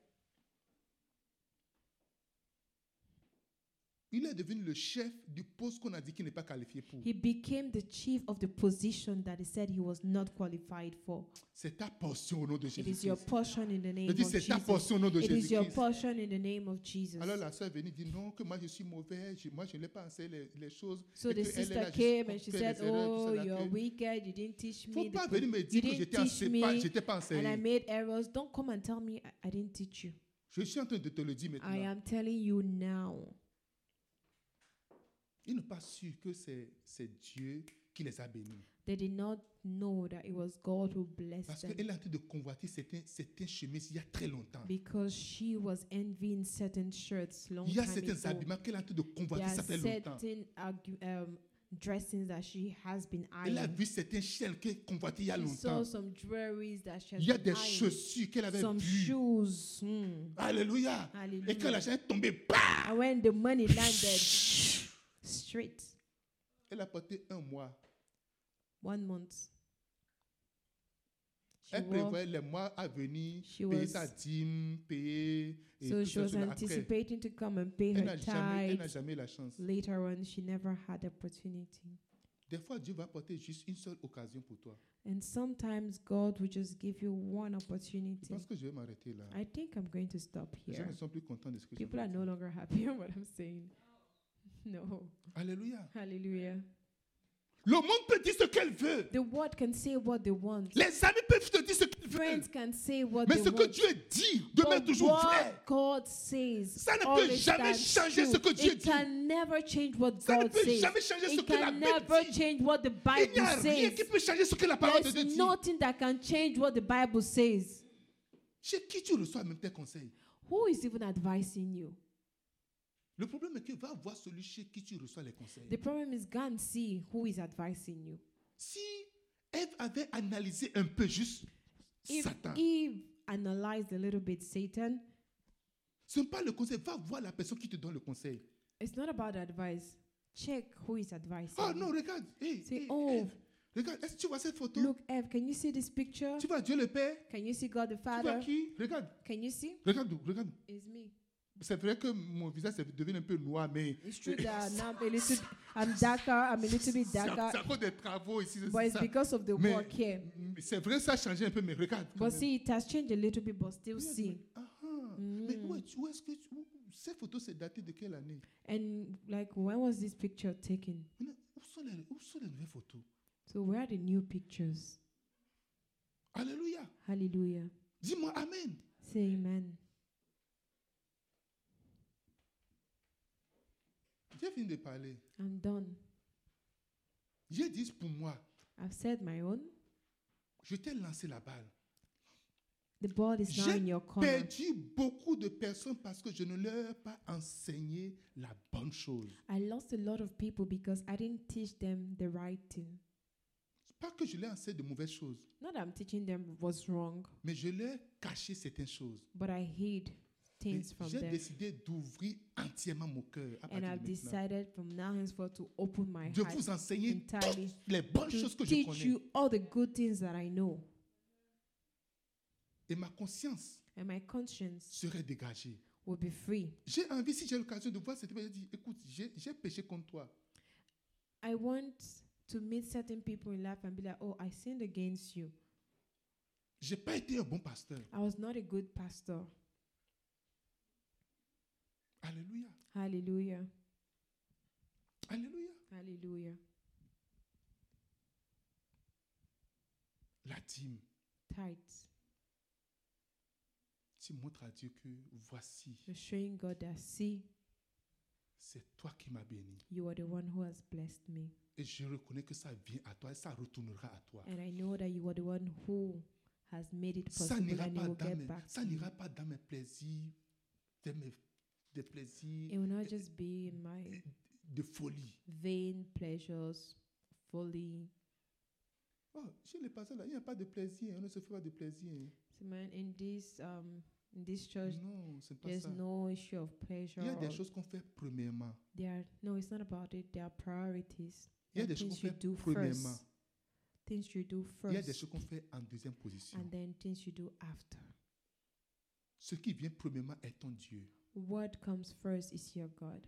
S1: Il est devenu le chef du poste qu'on a dit qu'il n'est pas qualifié pour.
S2: He became the chief of the position that he said he was not qualified for.
S1: C'est ta portion au nom de
S2: It is your
S1: Jésus.
S2: portion in the name
S1: Je
S2: of
S1: dis, c'est ta
S2: Jesus.
S1: portion au nom de
S2: It is your
S1: Jésus-Christ.
S2: portion in the name of Jesus.
S1: Alors la soeur est venue dit non, que moi je suis mauvais, je- moi je n'ai pas enseigné les, les choses.
S2: So
S1: et
S2: the
S1: que elle est là
S2: sister
S1: juste
S2: came
S1: pour
S2: and she
S1: faire
S2: said,
S1: des erreurs, tout
S2: Oh,
S1: ça, là,
S2: you're
S1: que-
S2: wicked. You didn't teach me.
S1: Faut
S2: the
S1: pas
S2: pro-
S1: venir me
S2: you
S1: dire que
S2: didn't
S1: j'étais ense-
S2: teach me.
S1: pas- j'étais pas
S2: And I
S1: enseigné.
S2: made errors. Don't come and tell me I, I didn't teach you.
S1: Je suis en train de te le dire
S2: I
S1: maintenant.
S2: am telling you now.
S1: Ils n'ont pas su que c'est c'est Dieu qui les a bénis.
S2: They did not know that it was God who blessed
S1: Parce
S2: them
S1: qu'elle est en train de convoiter certains, certains chemises il y a très longtemps.
S2: because she was envying certain shirts long
S1: Il y a
S2: time
S1: certains
S2: ago.
S1: habillements qu'elle est en train de convoiter,
S2: There
S1: ça
S2: are
S1: fait longtemps.
S2: certain argu- um, dressings that she has been
S1: Elle a
S2: eyeing.
S1: vu certains chaînes qu'elle convoitait il y a
S2: She saw
S1: longtemps.
S2: some jewelries that she has
S1: Il y a
S2: been
S1: des
S2: eyeing.
S1: chaussures qu'elle avait
S2: some
S1: vues.
S2: shoes. Hmm.
S1: Alléluia. Et quand
S2: Hallelujah.
S1: la chaîne est tombée, bah,
S2: And when the money landed, straight,
S1: elle a porté un mois.
S2: one month. She
S1: Elle
S2: wore,
S1: prévoyait les mois à venir,
S2: She
S1: payer
S2: was-
S1: sa dîme, payer et
S2: so
S1: tout
S2: she
S1: ça.
S2: was
S1: cela. Après,
S2: anticipating to come and pay
S1: elle
S2: her
S1: n'a jamais, elle n'a
S2: tithes.
S1: jamais la chance.
S2: Later on, she never had the opportunity.
S1: Des fois, Dieu va apporter juste une seule occasion pour toi.
S2: And sometimes God will just give you one
S1: Je
S2: opportunity.
S1: pense que je vais m'arrêter là.
S2: I think I'm going to stop
S1: Les gens
S2: here.
S1: ne sont plus contents de ce que je
S2: People
S1: vais
S2: are no
S1: dire.
S2: longer happy on what I'm saying. No.
S1: Alléluia.
S2: Hallelujah.
S1: Le monde peut dire ce qu'elle veut.
S2: The world can say what they want.
S1: Les amis peuvent te dire ce qu'ils veulent.
S2: Friends can say what
S1: Mais
S2: they
S1: ce que
S2: want.
S1: Dieu dit demeure
S2: But
S1: toujours
S2: what
S1: vrai.
S2: God says
S1: Ça ne peut
S2: always
S1: jamais
S2: stands
S1: changer ce
S2: true.
S1: que Dieu
S2: It
S1: dit.
S2: can never change what
S1: Ça ne
S2: God
S1: peut
S2: says.
S1: jamais changer ce
S2: It
S1: que la
S2: can
S1: Bible
S2: never
S1: dit.
S2: change what the
S1: Il n'y
S2: Bible
S1: a rien qui
S2: says.
S1: peut changer ce que la parole de Dieu
S2: There's
S1: dit.
S2: nothing that can change what the Bible says.
S1: Chez qui tu reçois même tes conseils
S2: Who is even advising you?
S1: Le problème est que va voir celui chez qui tu reçois les conseils.
S2: The problem is go and see who is advising you.
S1: Si Ève avait analysé un peu juste
S2: If
S1: Satan,
S2: Eve analyzed a little bit Satan,
S1: ce n'est pas le conseil. Va voir la personne qui te donne le conseil.
S2: it's not about advice. Check who is advising.
S1: Oh
S2: you.
S1: non, regarde. Hey,
S2: Say,
S1: hey,
S2: oh.
S1: Ève, regarde, est-ce que tu vois cette photo
S2: Look, Eve, can you see this picture?
S1: Tu vois Dieu le Père
S2: Can you see God the
S1: Tu vois
S2: Father?
S1: qui Regarde,
S2: Can you see?
S1: regarde, regarde.
S2: It's me.
S1: C'est vrai que mon visage c'est- devient un peu noir, mais
S2: It's true that now I'm a little, I'm darker. I'm a little bit
S1: c'est à c'est
S2: darker,
S1: à cause des travaux ici. c'est
S2: but it's
S1: ça.
S2: because of the
S1: Mais-
S2: work here.
S1: Mais C'est vrai, ça a changé un peu, mais regarde. quand
S2: But
S1: même.
S2: see, it has changed a little bit, but still
S1: Regarde,
S2: see.
S1: mais- Ah,
S2: Mm.
S1: Mais où est- où est-ce que tu- où- ces photos c'est daté de quelle année
S2: And like, when was this picture taken?
S1: Maintenant, où sont, les, où sont les nouvelles photos
S2: So where are the new pictures?
S1: Alléluia.
S2: Hallelujah.
S1: Dis-moi Amen.
S2: Say amen.
S1: J'ai fini de parler.
S2: I'm done.
S1: Dieu dit pour moi,
S2: I've said my own.
S1: je t'ai lancé la balle.
S2: The ball is now
S1: J'ai
S2: in your corner.
S1: Perdu beaucoup de personnes parce que je ne leur ai pas enseigné la bonne chose.
S2: I lost a lot of people because I didn't teach them the right thing.
S1: C'est Pas que je leur ai enseigné de mauvaises choses,
S2: Not that I'm teaching them what's wrong,
S1: mais je leur ai caché certaines choses.
S2: but I hid
S1: Mais
S2: things from
S1: J'ai
S2: them.
S1: décidé d'ouvrir entièrement mon cœur à
S2: And
S1: partir
S2: I've
S1: de maintenant.
S2: decided from now henceforth to open my
S1: De
S2: heart
S1: vous enseigner
S2: entirely
S1: toutes les bonnes
S2: to
S1: choses que je
S2: teach
S1: connais.
S2: you all the good things that I know.
S1: Et ma conscience
S2: And my conscience
S1: serait dégagée.
S2: will be free.
S1: J'ai envie, si j'ai l'occasion de voir cette personne, je dis, écoute, j'ai j'ai péché contre toi.
S2: I want to meet certain people in life and be like, oh, I sinned against you.
S1: J'ai pas été un bon pasteur.
S2: I was not a good pastor.
S1: Alléluia.
S2: Hallelujah.
S1: Alléluia.
S2: Hallelujah.
S1: La dîme,
S2: Tithes.
S1: tu montres à Dieu que voici,
S2: You're showing God that, see,
S1: c'est toi qui m'as béni.
S2: you are the one who has blessed me.
S1: Et je reconnais que ça vient à toi et ça retournera à toi.
S2: And I know that you are the one who has made it
S1: Ça
S2: possible
S1: n'ira
S2: and it
S1: pas,
S2: will
S1: dans
S2: get
S1: mes-
S2: back.
S1: ça
S2: to you.
S1: n'ira pas dans mes plaisirs, de mes, des
S2: It
S1: plaisirs
S2: will not just be in my
S1: de folie.
S2: vain pleasures, folly.
S1: Oh, chez les pasteurs, là, il n'y a pas de plaisir. On ne se fait pas de plaisir.
S2: So man, in this um in this church
S1: Non, c'est pas
S2: there's
S1: ça.
S2: no issue of pleasure.
S1: Il y a des
S2: or-
S1: choses qu'on fait premièrement.
S2: There are no, it's not about it. There are priorities.
S1: Il y a
S2: There
S1: des
S2: are
S1: choses qu'on
S2: things you
S1: fait
S2: do first.
S1: premièrement.
S2: Things you do
S1: Il y a des
S2: first,
S1: choses qu'on fait en deuxième position.
S2: and then things you do after.
S1: Ce qui vient premièrement est ton Dieu.
S2: What comes first is your God.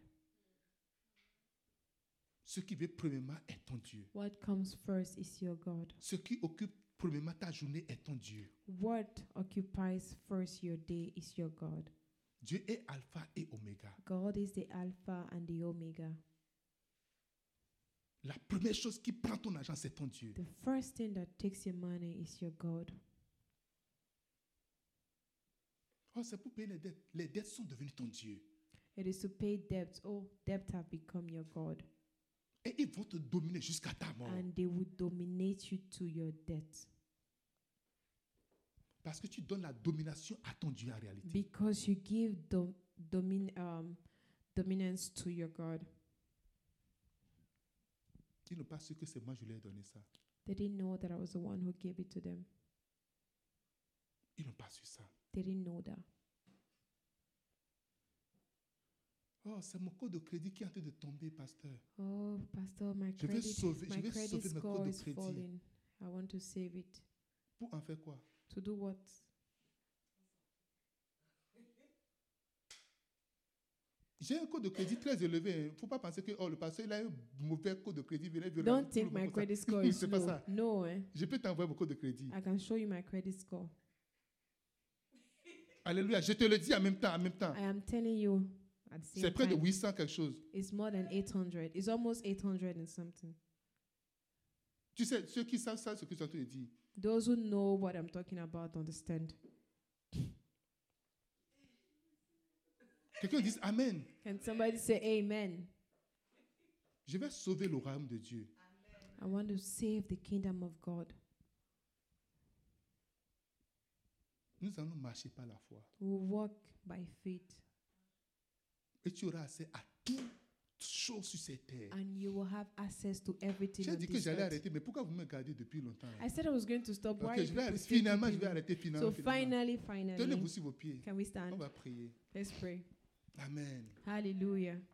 S1: Ce qui vient premièrement est ton Dieu.
S2: What comes first is your God.
S1: Ce qui occupe premièrement ta journée est ton Dieu.
S2: What occupies first your day is your God.
S1: Dieu est alpha et oméga.
S2: God is the Alpha and the Omega.
S1: La première chose qui prend ton argent, c'est ton Dieu.
S2: The first thing that takes your money is your God.
S1: Oh, c'est pour payer les dettes. Les dettes sont devenues ton Dieu.
S2: It is to pay debts. Oh, debts have become your God,
S1: Et ils vont te dominer jusqu'à ta mort.
S2: and they will dominate you to your debt.
S1: Parce que tu donnes la domination à ton Dieu en réalité.
S2: Because you give dom- domin- um, dominance to your God.
S1: Ils n'ont pas su que c'est moi, je leur ai donné ça.
S2: They didn't know that I was the one who gave it to them.
S1: Ils n'ont pas su ça.
S2: They didn't know that.
S1: Oh, c'est mon code de crédit qui est en train de tomber, pasteur.
S2: Oh, Pastor, my
S1: Je vais
S2: credit,
S1: sauver,
S2: my
S1: je vais
S2: credit
S1: sauver mes
S2: score
S1: codes de
S2: is
S1: crédit.
S2: falling. I want to save it.
S1: Pour en faire quoi
S2: To do what?
S1: Je- J'ai un code de crédit très élevé. Il ne faut pas penser que oh, le pasteur il a un mauvais code de crédit. venez violenter
S2: Don't
S1: tout
S2: think
S1: le
S2: my
S1: monde comme ça.
S2: credit score is
S1: C'est pas
S2: low.
S1: ça.
S2: No, eh?
S1: Je peux t'envoyer mon code de crédit.
S2: I can show you my credit score.
S1: Alléluia. Je te le dis en même temps. En même temps.
S2: I am telling you at Ah. the
S1: C'est
S2: same
S1: près de
S2: time,
S1: 800 quelque chose.
S2: it's more than 800. It's almost 800 and something.
S1: Tu sais, ceux qui savent ça, ce que je suis en train de dire.
S2: Those who know what I'm talking about understand.
S1: Quelqu'un dit Amen.
S2: Can somebody say amen?
S1: Je vais sauver le royaume de Dieu.
S2: I want to save the kingdom of God.
S1: Nous allons marcher par la foi.
S2: We will walk by faith,
S1: Et tu auras accès à toutes choses sur cette terre.
S2: and you will have access to everything.
S1: J'ai
S2: on
S1: dit que
S2: this
S1: j'allais
S2: earth.
S1: arrêter, mais pourquoi vous me gardez depuis longtemps là?
S2: I said I was going to stop. Why
S1: Ok,
S2: are
S1: je
S2: you
S1: vais
S2: people
S1: arrêter.
S2: still
S1: Finalement, je
S2: keeping
S1: vais
S2: me?
S1: arrêter. Finalement,
S2: So
S1: finalement.
S2: finally, finally,
S1: Tenez-vous sur vos pieds.
S2: can we
S1: On
S2: stand?
S1: va prier.
S2: Let's pray.
S1: Amen.
S2: Hallelujah.